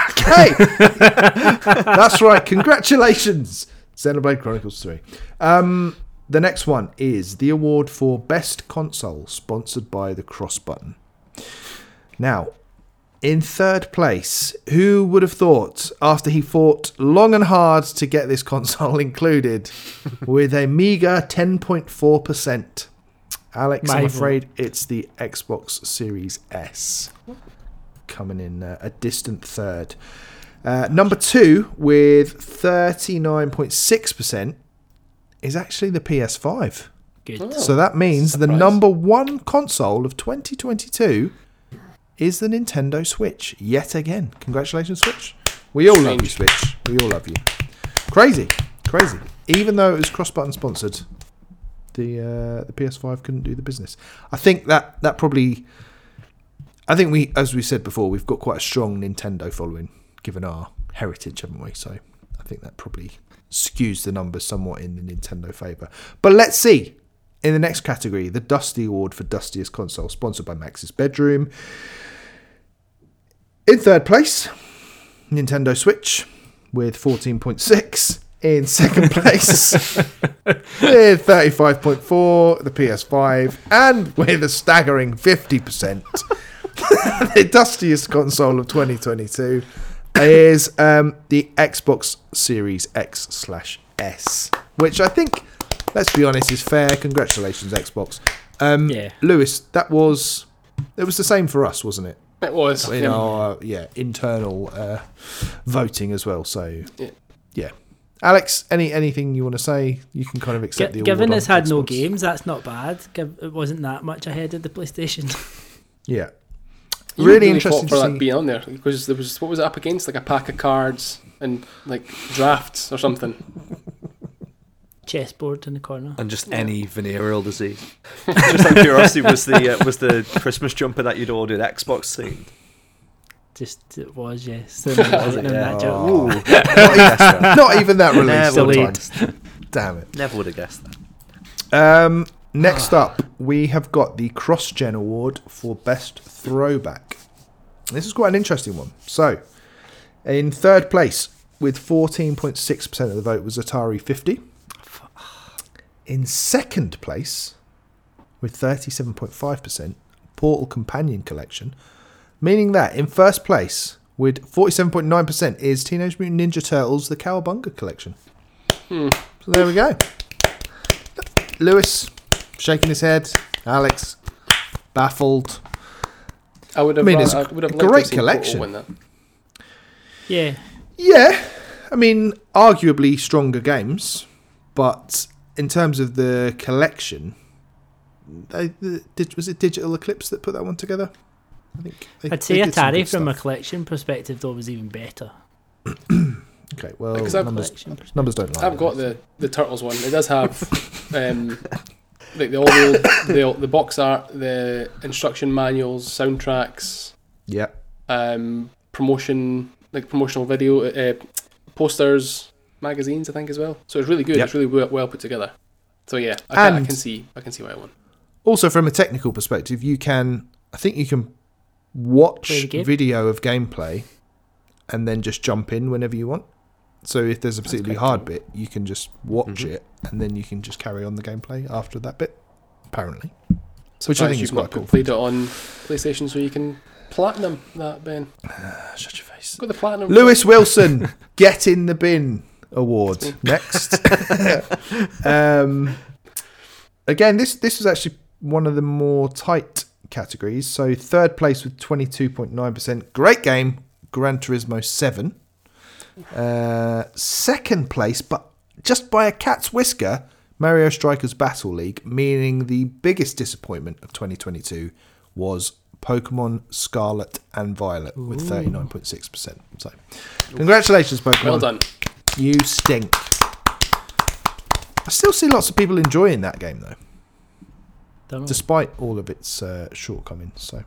okay. That's right. Congratulations, Xenoblade Chronicles 3. Um, the next one is the award for Best Console, sponsored by the Cross Button. Now, in third place, who would have thought, after he fought long and hard to get this console included, with a meager 10.4%? Alex, My I'm vote. afraid it's the Xbox Series S coming in uh, a distant third. Uh, number two, with 39.6%, is actually the PS5. Good. So that means the Surprise. number one console of 2022 is the Nintendo Switch yet again. Congratulations, Switch. We all love you, Switch. We all love you. Crazy, crazy. Even though it was cross-button sponsored, the uh, the PS5 couldn't do the business. I think that that probably. I think we, as we said before, we've got quite a strong Nintendo following, given our heritage, haven't we? So I think that probably skews the numbers somewhat in the Nintendo favour. But let's see. In the next category, the Dusty Award for Dustiest Console, sponsored by Max's Bedroom. In third place, Nintendo Switch with 14.6. In second place, with 35.4, the PS5, and with a staggering 50%, the dustiest console of 2022 is um, the Xbox Series X slash S, which I think, let's be honest, is fair. Congratulations, Xbox. Um, Yeah. Lewis, that was it was the same for us, wasn't it? It was. in yeah. our uh, yeah internal uh, voting as well. So yeah. Yeah. Alex, any anything you want to say? You can kind of accept G- the given award on it's had no Xbox. games, that's not bad. Giv it wasn't that much ahead of the PlayStation. Yeah, You really, fought interesting for to that see. being on there because there was what was it up against like a pack of cards and like drafts or something. Chessboard in the corner. Uh, and just any venereal disease. just out of curiosity, was the uh, was the Christmas jumper that you'd ordered Xbox scene? Just it was, yes. And I wasn't in Oh, that joke. Oh, Not even that release. Never on time. Damn it. Never would have guessed that. Um, next up, we have got the Cross Gen Award for Best Throwback. This is quite an interesting one. So, in third place, with 14.6% of the vote, was Atari 50. In second place, with 37.5%, Portal Companion Collection. Meaning that in first place, with 47.9%, is Teenage Mutant Ninja Turtles The Cowabunga Collection. So there we go. Lewis shaking his head. Alex baffled. I would I have. mean, ra- it's I would have liked to great have seen Portal collection. Win that. Yeah. Yeah, I mean, arguably stronger games, but in terms of the collection, they, the, did, was it Digital Eclipse that put that one together? I think they- I'd they say did some Atari good from a stuff. collection perspective though was even better. okay. Well, Because I've- numbers, Collection perspective. numbers don't lie. I've got the the turtles one. It does have um, like the all the, the old- the box art, the instruction manuals, soundtracks, Yeah, um, promotion like promotional video uh, posters, magazines. I think as well. So it's really good. Yep. It's really well, well put together. So yeah, I can, I And- can see I can see why I won. also from a technical perspective, you can I think you can watch Play the game. video of gameplay and then just jump in whenever you want. So if there's a particularly hard bit, you can just watch it and then you can just carry on the gameplay after that bit. Apparently, which I Surprised think is you've quite not cool. played it on PlayStation, so you can platinum that Ben. Ah, shut your face. Got the platinum. Lewis Wilson, get in the bin award next. um, again, this this is actually one of the more tight categories. So third place with twenty two point nine percent. Great game, Gran Turismo Seven. Uh, second place, but just by a cat's whisker, Mario Strikers Battle League. Meaning the biggest disappointment of twenty twenty two was. Pokemon Scarlet and Violet with 39.6%. So, congratulations, Pokemon. Well done. You stink. I still see lots of people enjoying that game though, Dunno. despite all of its uh, shortcomings. So,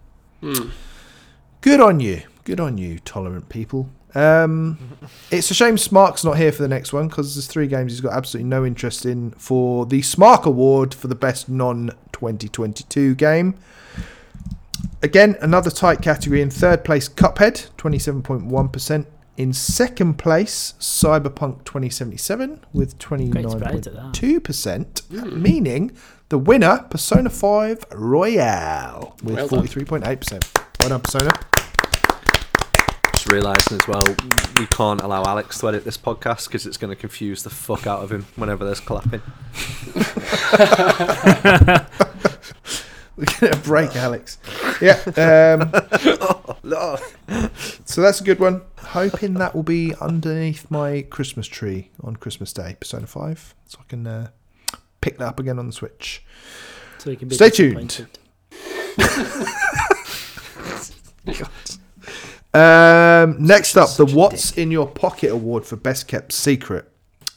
good on you, good on you, tolerant people. Um, it's a shame Smark's not here for the next one because there's three games he's got absolutely no interest in for the Smark Award for the best non-2022 game. Again, another tight category. In third place, Cuphead, 27.1%. In second place, Cyberpunk 2077 with Quite surprised at that. 29.2%. Meaning the winner, Persona 5 Royale with Well done. 43.8%. Well done, Persona. Just realising as well, we can't allow Alex to edit this podcast because it's going to confuse the fuck out of him whenever there's clapping. We're going to break, Alex. Yeah. Um, No. So that's a good one. Hoping that will be underneath my Christmas tree on Christmas Day, Persona 5, so I can uh, pick that up again on the Switch. So you can be Stay tuned. disappointed. Um, next up, the What's in Your Pocket Award for Best Kept Secret.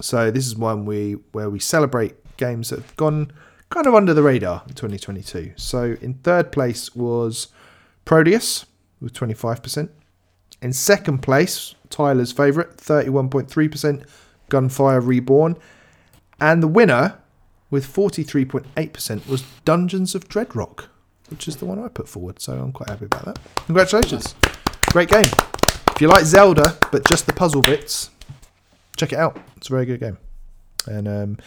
So this is one we where we celebrate games that have gone kind of under the radar in 2022. So in third place was Proteus with 25%. In second place, Tyler's favorite, 31.3%, Gunfire Reborn. And the winner with 43.8% was Dungeons of Dreadrock, which is the one I put forward. So I'm quite happy about that. Congratulations. Great game. If you like Zelda, but just the puzzle bits, check it out. It's a very good game. And um,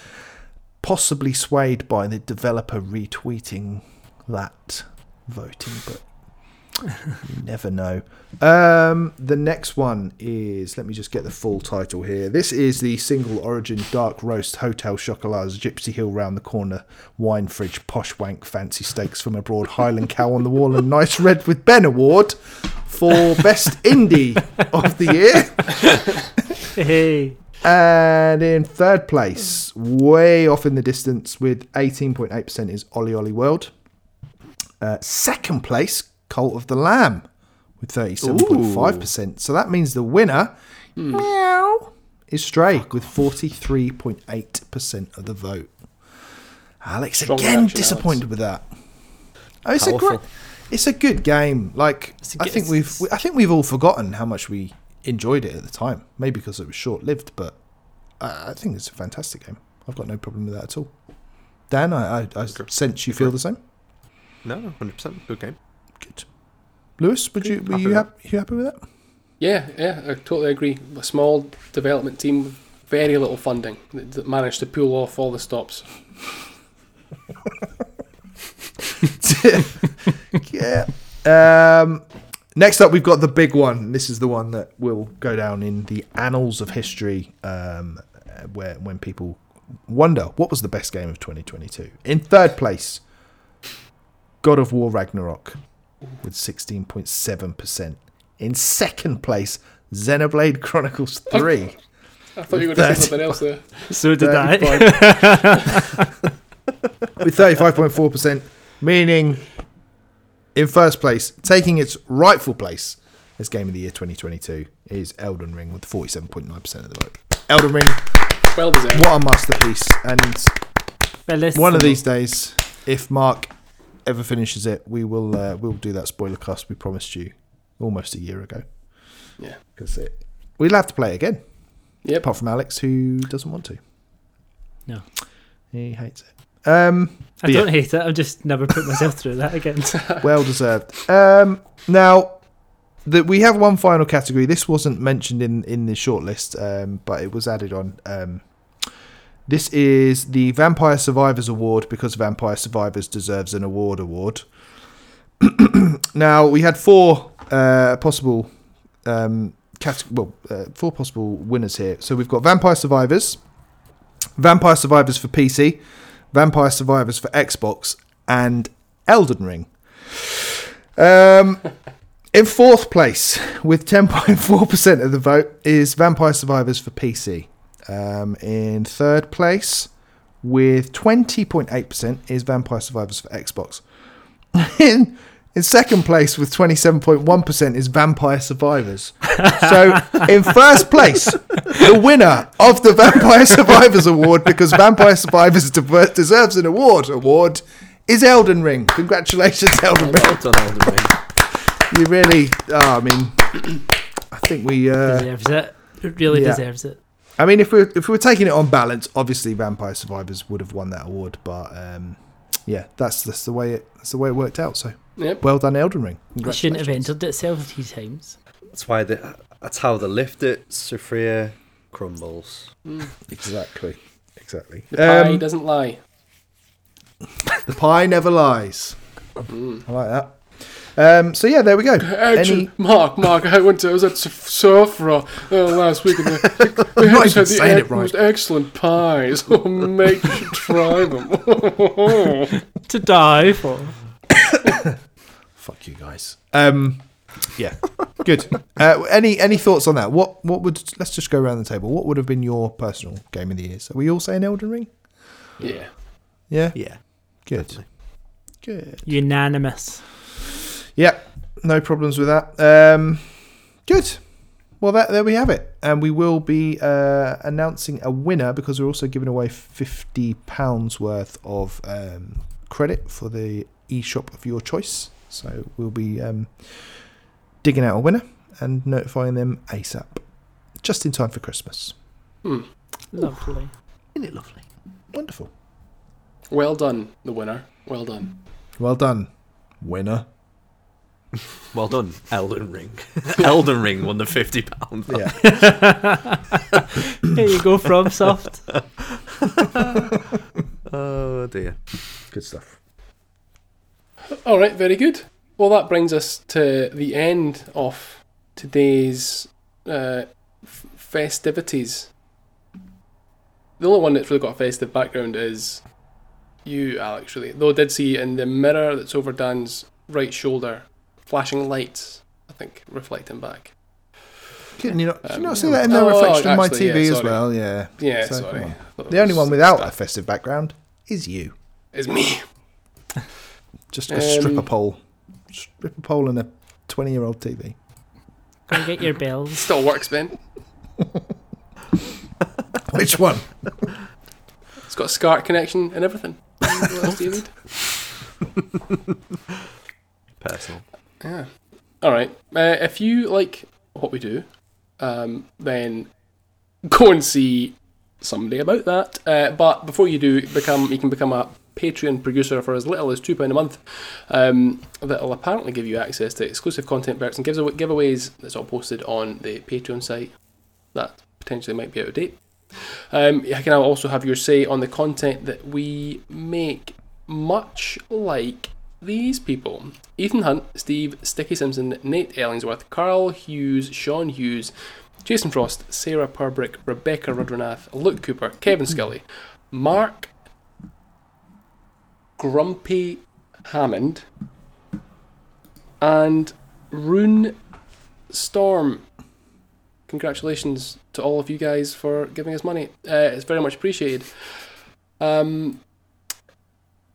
possibly swayed by the developer retweeting that voting, but you never know. Um, the next one is let me just get the full title here. This is the single origin dark roast hotel chocolats, Gypsy Hill round the corner, wine fridge, posh wank, fancy steaks from abroad, Highland cow on the wall, and nice red with Ben award for best indie of the year. Hey, And in third place, way off in the distance with 18.8% is Ollie Ollie World. Uh, second place, Cult of the Lamb with 37.5%. So that means the winner meow, is Stray with 43.8% of the vote. Alex, Strong again, reaction, disappointed with that. Oh, it's a great, Powerful. it's a good game. Like It's a I good- think we've, we, I think we've all forgotten how much we enjoyed it at the time. Maybe because it was short lived, but I, I think it's a fantastic game. I've got no problem with that at all. Dan, I, I, I sense you feel the same. No, hundred percent. Good game. Good. Lewis, would you were Happy you with that. happy, you happy with that? Yeah, yeah, I totally agree. A small development team with very little funding that, that managed to pull off all the stops. yeah. Um, next up, we've got the big one. This is the one that will go down in the annals of history, um, uh, where when people wonder what was the best game of 2022. In third place, God of War Ragnarok with 16.7 percent. In second place, Xenoblade Chronicles 3. I thought you were going to That- say something else there. so did I. 35 with 35.4%, meaning in first place, taking its rightful place as game of the year 2022 is Elden Ring with 47.9% of the vote. Elden Ring, Well deserved. what a masterpiece. And Bellissimo. one of these days, if Mark ever finishes it, we will uh, we'll do that spoiler cast we promised you almost a year ago. Yeah. Because it we'll have to play it again. Yep. Apart from Alex who doesn't want to. No. He hates it. Um I don't hate it. I've just never put myself through that again. well deserved. Um, now, that we have one final category. This wasn't mentioned in in the shortlist, um, but it was added on. Um, this is the Vampire Survivors Award because Vampire Survivors deserves an award. Award. now we had four uh, possible um, cate- well uh, four possible winners here. So we've got Vampire Survivors, Vampire Survivors for PC, Vampire Survivors for Xbox, and Elden Ring. Um, in fourth place, with 10.4% of the vote, is Vampire Survivors for PC. Um, in third place, with 20.8%, is Vampire Survivors for Xbox. in, in second place, with 27.1%, is Vampire Survivors. So, in first place, the winner of the Vampire Survivors Award, because Vampire Survivors de- deserves an award, award is Elden Ring. Congratulations, Elden Ring. Well done, Elden Ring. You really, oh, I mean, I think we. Uh, deserves it. It really Yeah. deserves it. I mean, if we're if we're taking it on balance, obviously Vampire Survivors would have won that award, but um, yeah, that's that's the way it that's the way it worked out. So Yep. well done, Elden Ring. It shouldn't have Congratulations. entered itself three times. That's why they, that's how they lift it. Sophia crumbles. Exactly, exactly. The pie Um, doesn't lie. the pie never lies. Mm. I like that. Um, so yeah, there we go. Actually, Mark, Mark, I went to, I was at Sof- Sofra uh, last week and they, they Not had even the saying it ec- right. most excellent pies. Oh, mate, you should try them. To die for. Fuck you guys. Um, yeah, good. Uh, any any thoughts on that? What what would let's just go around the table. What would have been your personal game of the year? So we all saying Elden Ring? yeah. Yeah, Yeah. good, definitely. good. Unanimous. Yep, no problems with that. Um, good. Well, that there we have it, and we will be uh, announcing a winner because we're also giving away fifty pounds worth of um, credit for the e-shop of your choice. So we'll be um, digging out a winner and notifying them ASAP, just in time for Christmas. Hmm. Lovely. Isn't it lovely? Wonderful. Well done, the winner. Well done. Well done, winner. Well done, Elden Ring. Elden Ring won the fifty pound. Yeah. Here you go, FromSoft. Oh dear. Good stuff. All right, very good. Well, that brings us to the end of today's uh, f- festivities. The only one that's really got a festive background is you, Alex, really. Though I did see in the mirror that's over Dan's right shoulder, flashing lights, I think, reflecting back. Can you not, did you Um, not see that in the oh, reflection of my actually, yeah, TV as sorry. well? Yeah. Yeah, So, sorry. come on. Thought it The only was- one without a festive background is you. is me. Just a stripper Um, pole. Stripper pole and a 20 year old TV. Go and get your bells. Still works, Ben. Which one? It's got a SCART connection and everything. What else do you need? Personal. Yeah. All right. Uh, if you like what we do, um, then go and see somebody about that. Uh, but before you do, become you can become a Patreon producer for as little as two pound a month. Um, that'll apparently give you access to exclusive content perks and gives away giveaways. That's all posted on the Patreon site. That potentially might be out of date. Um, you can also have your say on the content that we make, much like these people Ethan Hunt, Steve, Sticky Simpson, Nate Ellingsworth, Carl Hughes, Sean Hughes, Jason Frost, Sarah Purbrick, Rebecca Rudranath, Luke Cooper, Kevin Scully, Mark Grumpy Hammond, and Rune Storm. Congratulations to all of you guys for giving us money. Uh, it's very much appreciated. Um,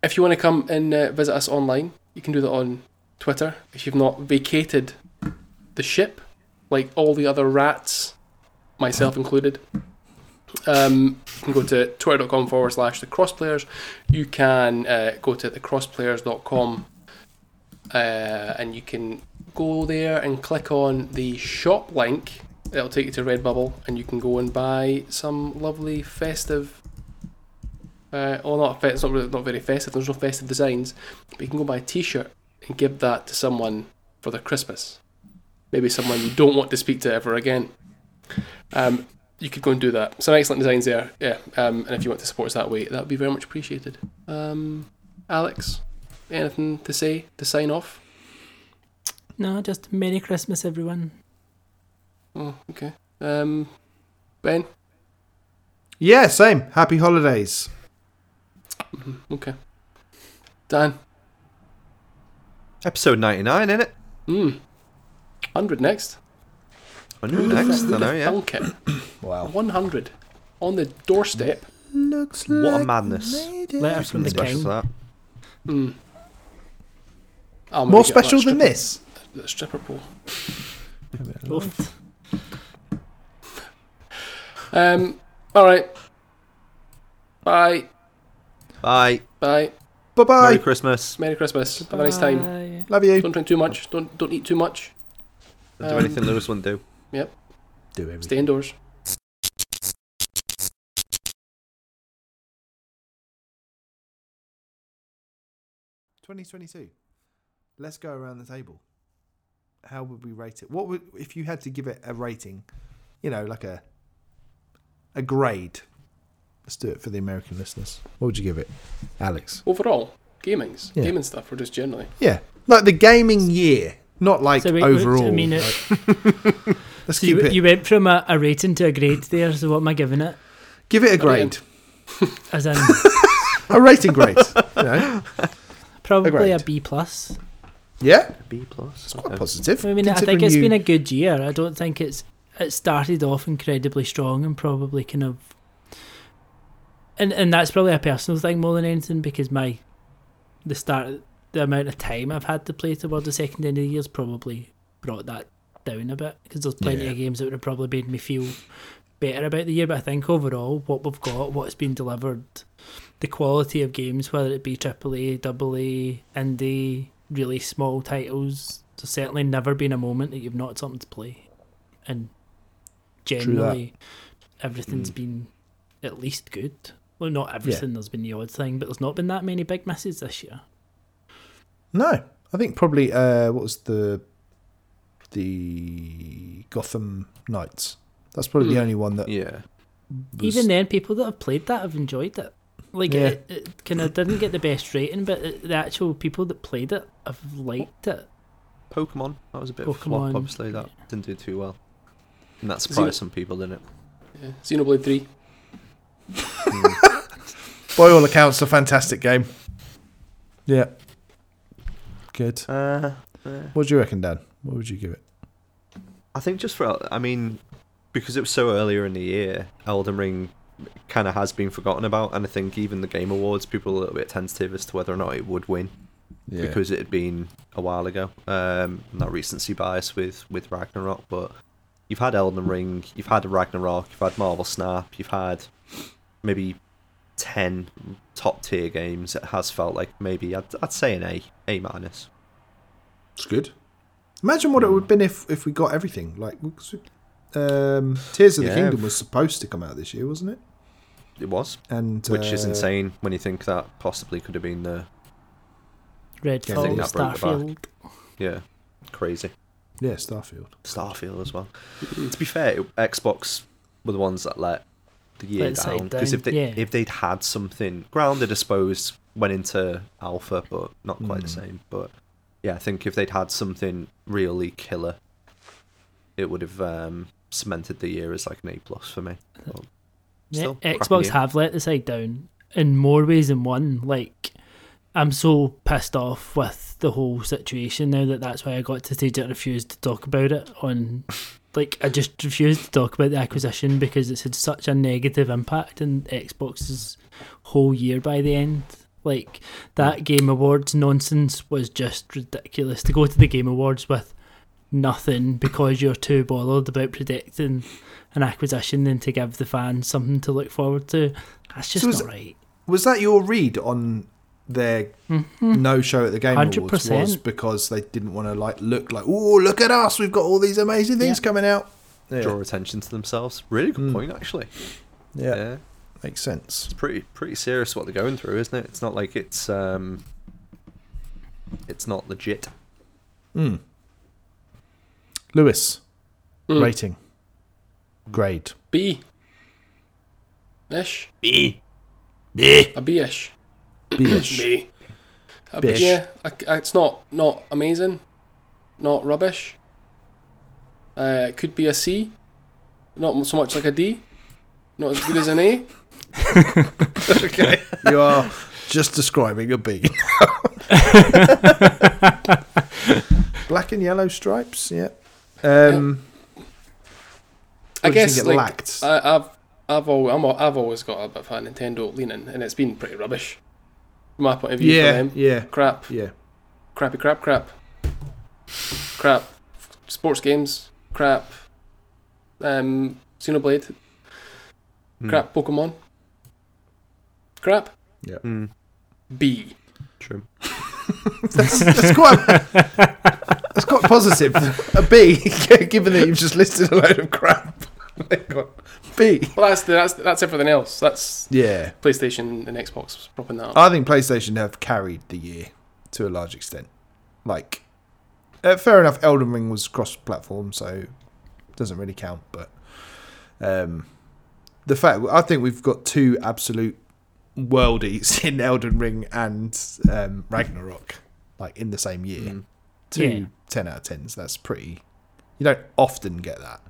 if you want to come and uh, visit us online, you can do that on Twitter. If you've not vacated the ship, like all the other rats, myself included, um, you can go to twitter.com forward slash the crossplayers. You can uh, go to thecrossplayers.com uh, and you can go there and click on the shop link. It'll take you to Redbubble and you can go and buy some lovely festive uh, well, not fe- it's not really, not very festive. There's no festive designs, but you can go buy a T-shirt and give that to someone for their Christmas. Maybe someone you don't want to speak to ever again. Um, you could go and do that. Some excellent designs there. Yeah, um, and if you want to support us that way, that would be very much appreciated. Um, Alex, anything to say to sign off? No, just Merry Christmas, everyone. Oh, okay. Um, ben, Yeah, same. Happy holidays. okay. Dan, Episode ninety nine, innit? mm, hundred next. On your next, I know, yeah. Dunk it. Wow. 100 on the doorstep. Looks What a madness. Letter from the Special for king. that. Mm. More Oh, maybe get that special than stripper- this. That stripper pole. Oof. Um, all right. Bye. Bye. Bye. Bye Merry bye. Christmas. Merry Christmas. Have a nice time. Bye. Love you. Don't drink too much. Don't don't eat too much. Don't do Um, anything Lewis wouldn't do. Do everything. Stay indoors. Twenty twenty two. Let's go around the table. How would we rate it? What would if you had to give it a rating? You know, like a a grade. Let's do it for the American listeners. What would you give it, Alex? Overall, gamings, Yeah. gaming stuff, or just generally. Yeah, like the gaming year, not like So wait, wait, overall. I mean, it- like- let's So keep you, it. you went from a, a rating to a grade there, so what am I giving it? give Oh, it a mean- grade, As in, a rating grade. you know? probably a grade. B plus. Yeah, B plus. it's quite positive. I mean, I considering think it's you- been a good year. I don't think it's it started off incredibly strong and probably kind of and and that's probably a personal thing more than anything because my the start the amount of time I've had to play towards the second end of the year's probably brought that down a bit because there's plenty Yeah. of games that would have probably made me feel better about the year. But I think overall, what we've got, what's been delivered, the quality of games, whether it be AAA, AA, indie, really small titles, there's certainly never been a moment that you've not had something to play, and that. generally everything's been at least good. Well, not everything. There's been the odd thing, but there's not been that many big misses this year. No, I think probably uh, what was the the Gotham Knights. That's probably the Hmm. only one that Yeah. was- Even then, people that have played that have enjoyed it. Like Yeah. it, it kind of didn't get the best rating, but it, the actual people that played it have liked it. Pokemon. That was a bit of a flop, Pokemon. obviously. That didn't do too well. And that Zero- surprised some people, didn't it? Yeah. Xenoblade 3. by all accounts a fantastic game. Yeah. Good. Uh, What do you reckon, Dan? What would you give it? I think just for, I mean, because it was so earlier in the year, Elden Ring kind of has been forgotten about, and I think even the Game Awards, people were a little bit tentative as to whether or not it would win Yeah. because it had been a while ago. Um, that recency bias with with Ragnarok, but you've had Elden Ring, you've had Ragnarok, you've had Marvel Snap, you've had maybe ten top tier games. It has felt like maybe I'd, I'd say an A, A minus. it's good. Imagine what it would have been if, if we got everything. Like, 'cause we- um, Tears of Yeah. the Kingdom was supposed to come out this year, wasn't it? It was, And which is uh, insane when you think that possibly could have been the Redfall, think that broke the Starfield. yeah crazy. Yeah, Starfield. Starfield as well. to be fair, Xbox were the ones that let the year Let down Sony because if they down, yeah. if they'd had something grounded, I suppose went into alpha, but not quite the Mm. same. But yeah, I think if they'd had something really killer, it would have um, cemented the year as like an A plus for me. But Yeah, still, cracking Xbox year. have let the side down in more ways than one. Like, I'm so pissed off with the whole situation now that that's why I got to the stage that I refused to talk about it on. Like, I just refused to talk about the acquisition because it's had such a negative impact on Xbox's whole year by the end. Like, that Game Awards nonsense was just ridiculous. To go to the Game Awards with nothing because you're too bothered about predicting an acquisition than to give the fans something to look forward to. That's just So is not it- right. Was that your read on their no show at the Game Awards? 100%. Was because they didn't want to like look like, oh, look at us, we've got all these amazing things Yeah. coming out. Yeah. draw attention to themselves. Really good Hmm. Mm. point, actually. Yeah. yeah. makes sense. it's pretty pretty serious what they're going through, isn't it? It's not like it's um, it's not legit. Mm. Lewis Mm. rating grade. B. Ish. B. A B ish. B-ish. B. A B. Bish. Yeah, I c- I- it's not not amazing, not rubbish. Uh, it could be a C, not so much like a D, not as good as an A. okay, you are just describing a B. Black and yellow stripes. Yeah. Um, I what do you guess think it like lacked? I, I've I've always I'm, al- I've always got a bit of a Nintendo leaning, and it's been pretty rubbish from my point of view. for yeah, them. yeah, crap, yeah. crappy, crap, crap, crap. Sports games, crap. Um, Xenoblade, Hmm. Mm. crap. Pokemon, crap. Hmm. Mm, B. true. That's, that's quite. that's quite positive. A B, given that you've just listed a load of crap. B. Well, that's that's that's everything else. That's Yeah, PlayStation and Xbox propping that up. I think PlayStation have carried the year to a large extent. Like, uh, fair enough. Elden Ring was cross-platform, so it doesn't really count. But um, the fact I think we've got two absolute worldies in Elden Ring and um, Ragnarok, like in the same year. Mm. two Yeah. 10 out of 10s. That's pretty. You don't often get that.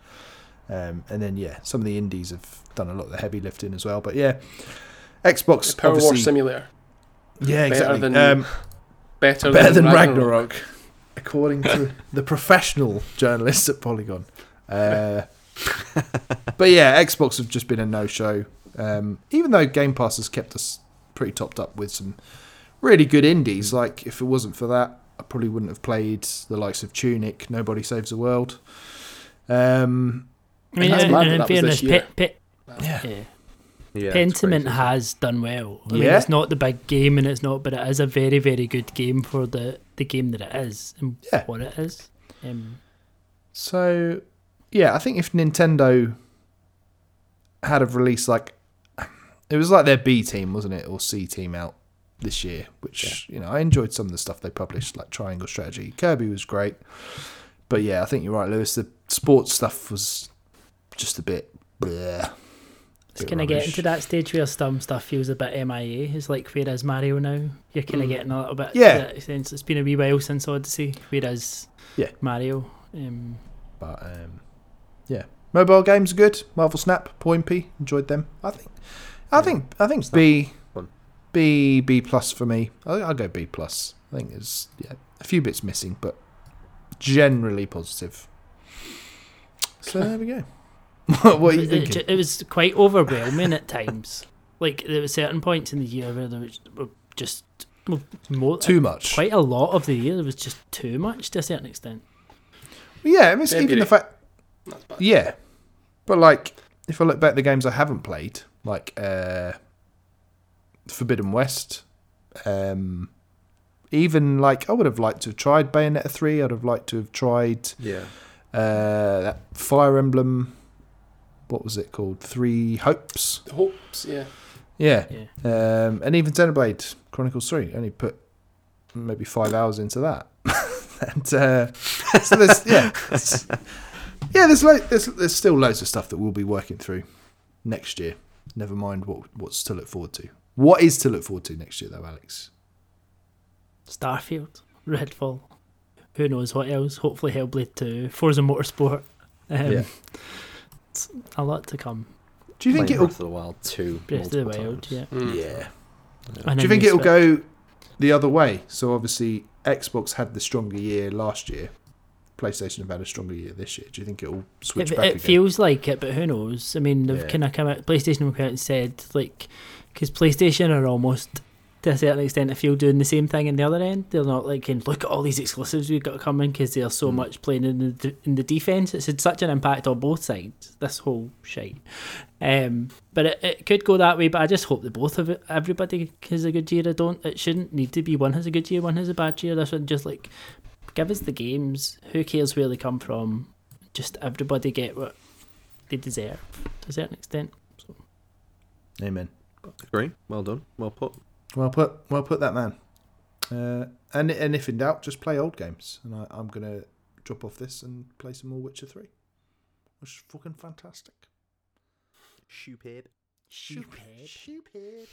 Um, and then, yeah, some of the indies have done a lot of the heavy lifting as well. But yeah, Xbox. Power Wash obviously, Simulator yeah, exactly. than- um, better better than than Ragnarok, according to the professional journalists at Polygon. Uh, but yeah, Xbox have just been a no show. Um, even though Game Pass has kept us pretty topped up with some really good indies, like if it wasn't for that, I probably wouldn't have played the likes of Tunic, Nobody Saves the World. Um, I mean, that's and, mad and that in that was fairness, this year. Pit, Pit, yeah. yeah. Yeah, it's Pentiment crazy. has done well. I mean, Yeah. it's not the big game, and it's not, but it is a very, very good game for the, the game that it is and Yeah. what it is. Um, So, yeah, I think if Nintendo had have released like it was like their B team, wasn't it, or C team out this year, which you know I enjoyed some of the stuff they published, like Triangle Strategy. Kirby was great, but yeah, I think you're right, Lewis. The sports stuff was just a bit. Bleh. it's going to get into that stage where some stuff feels a bit MIA. It's like, where is Mario now? You're kind of getting a little bit. to Hmm. Yeah. that sense. It's been a wee while since Odyssey. Where is Yeah. Mario? Um, But um, yeah, mobile games are good. Marvel Snap, Point P, enjoyed them. I think, I think, I think B, fun. B, B plus for me. I, I'll go B plus. I think there's yeah a few bits missing, but generally positive. So there we go. what, what are you it, it, thinking? ju- it was quite overwhelming at times. Like, there were certain points in the year where there was were just well, more, Too much. quite a lot of the year. There was just too much to a certain extent. Yeah, I mean, it's Maybe even the they- fact. Yeah, but like, if I look back at the games I haven't played, like uh, Forbidden West, um, even like I would have liked to have tried Bayonetta three. I'd have liked to have tried Yeah. uh, that Fire Emblem. What was it called? Three Hopes. The hopes, yeah. Yeah. Yeah. Um, and even Xenoblade Chronicles 3 only put maybe five hours into that. and uh, so there's, yeah. it's- yeah, there's, lo- there's, there's still loads of stuff that we'll be working through next year. Never mind what what's to look forward to. What is to look forward to next year, though, Alex? Starfield, Redfall, who knows what else? Hopefully, Hellblade 2, Forza Motorsport. Um, Yeah. it's a lot to come. Do you think Playing it'll? Breath of the Wild two. Breath of the multiple Wild, times. yeah. Mm. Yeah. And Do you then think it'll Switch. go the other way? So obviously, Xbox had the stronger year last year. PlayStation have had a stronger year this year. Do you think it'll switch It, back it again? feels like it, but who knows? I mean, they've Yeah. kind of come out. PlayStation have come out and said like, because PlayStation are almost to a certain extent, I feel doing the same thing in the other end. They're not like, and look at all these exclusives we've got coming because they're so Mm. much playing in the d- in the defense. It's had such an impact on both sides. This whole shite. Um, but it, it could go that way. But I just hope that both of it, everybody has a good year. I don't. It shouldn't need to be one has a good year, one has a bad year. This one just like give us the games. Who cares where they come from? Just everybody get what they deserve to a certain extent. Amen. Agree. Well done. Well put. Well put, well put, that man. Uh, and and if in doubt, just play old games. And I, I'm gonna drop off this and play some more Witcher Three, which is fucking fantastic. Stupid. Stupid.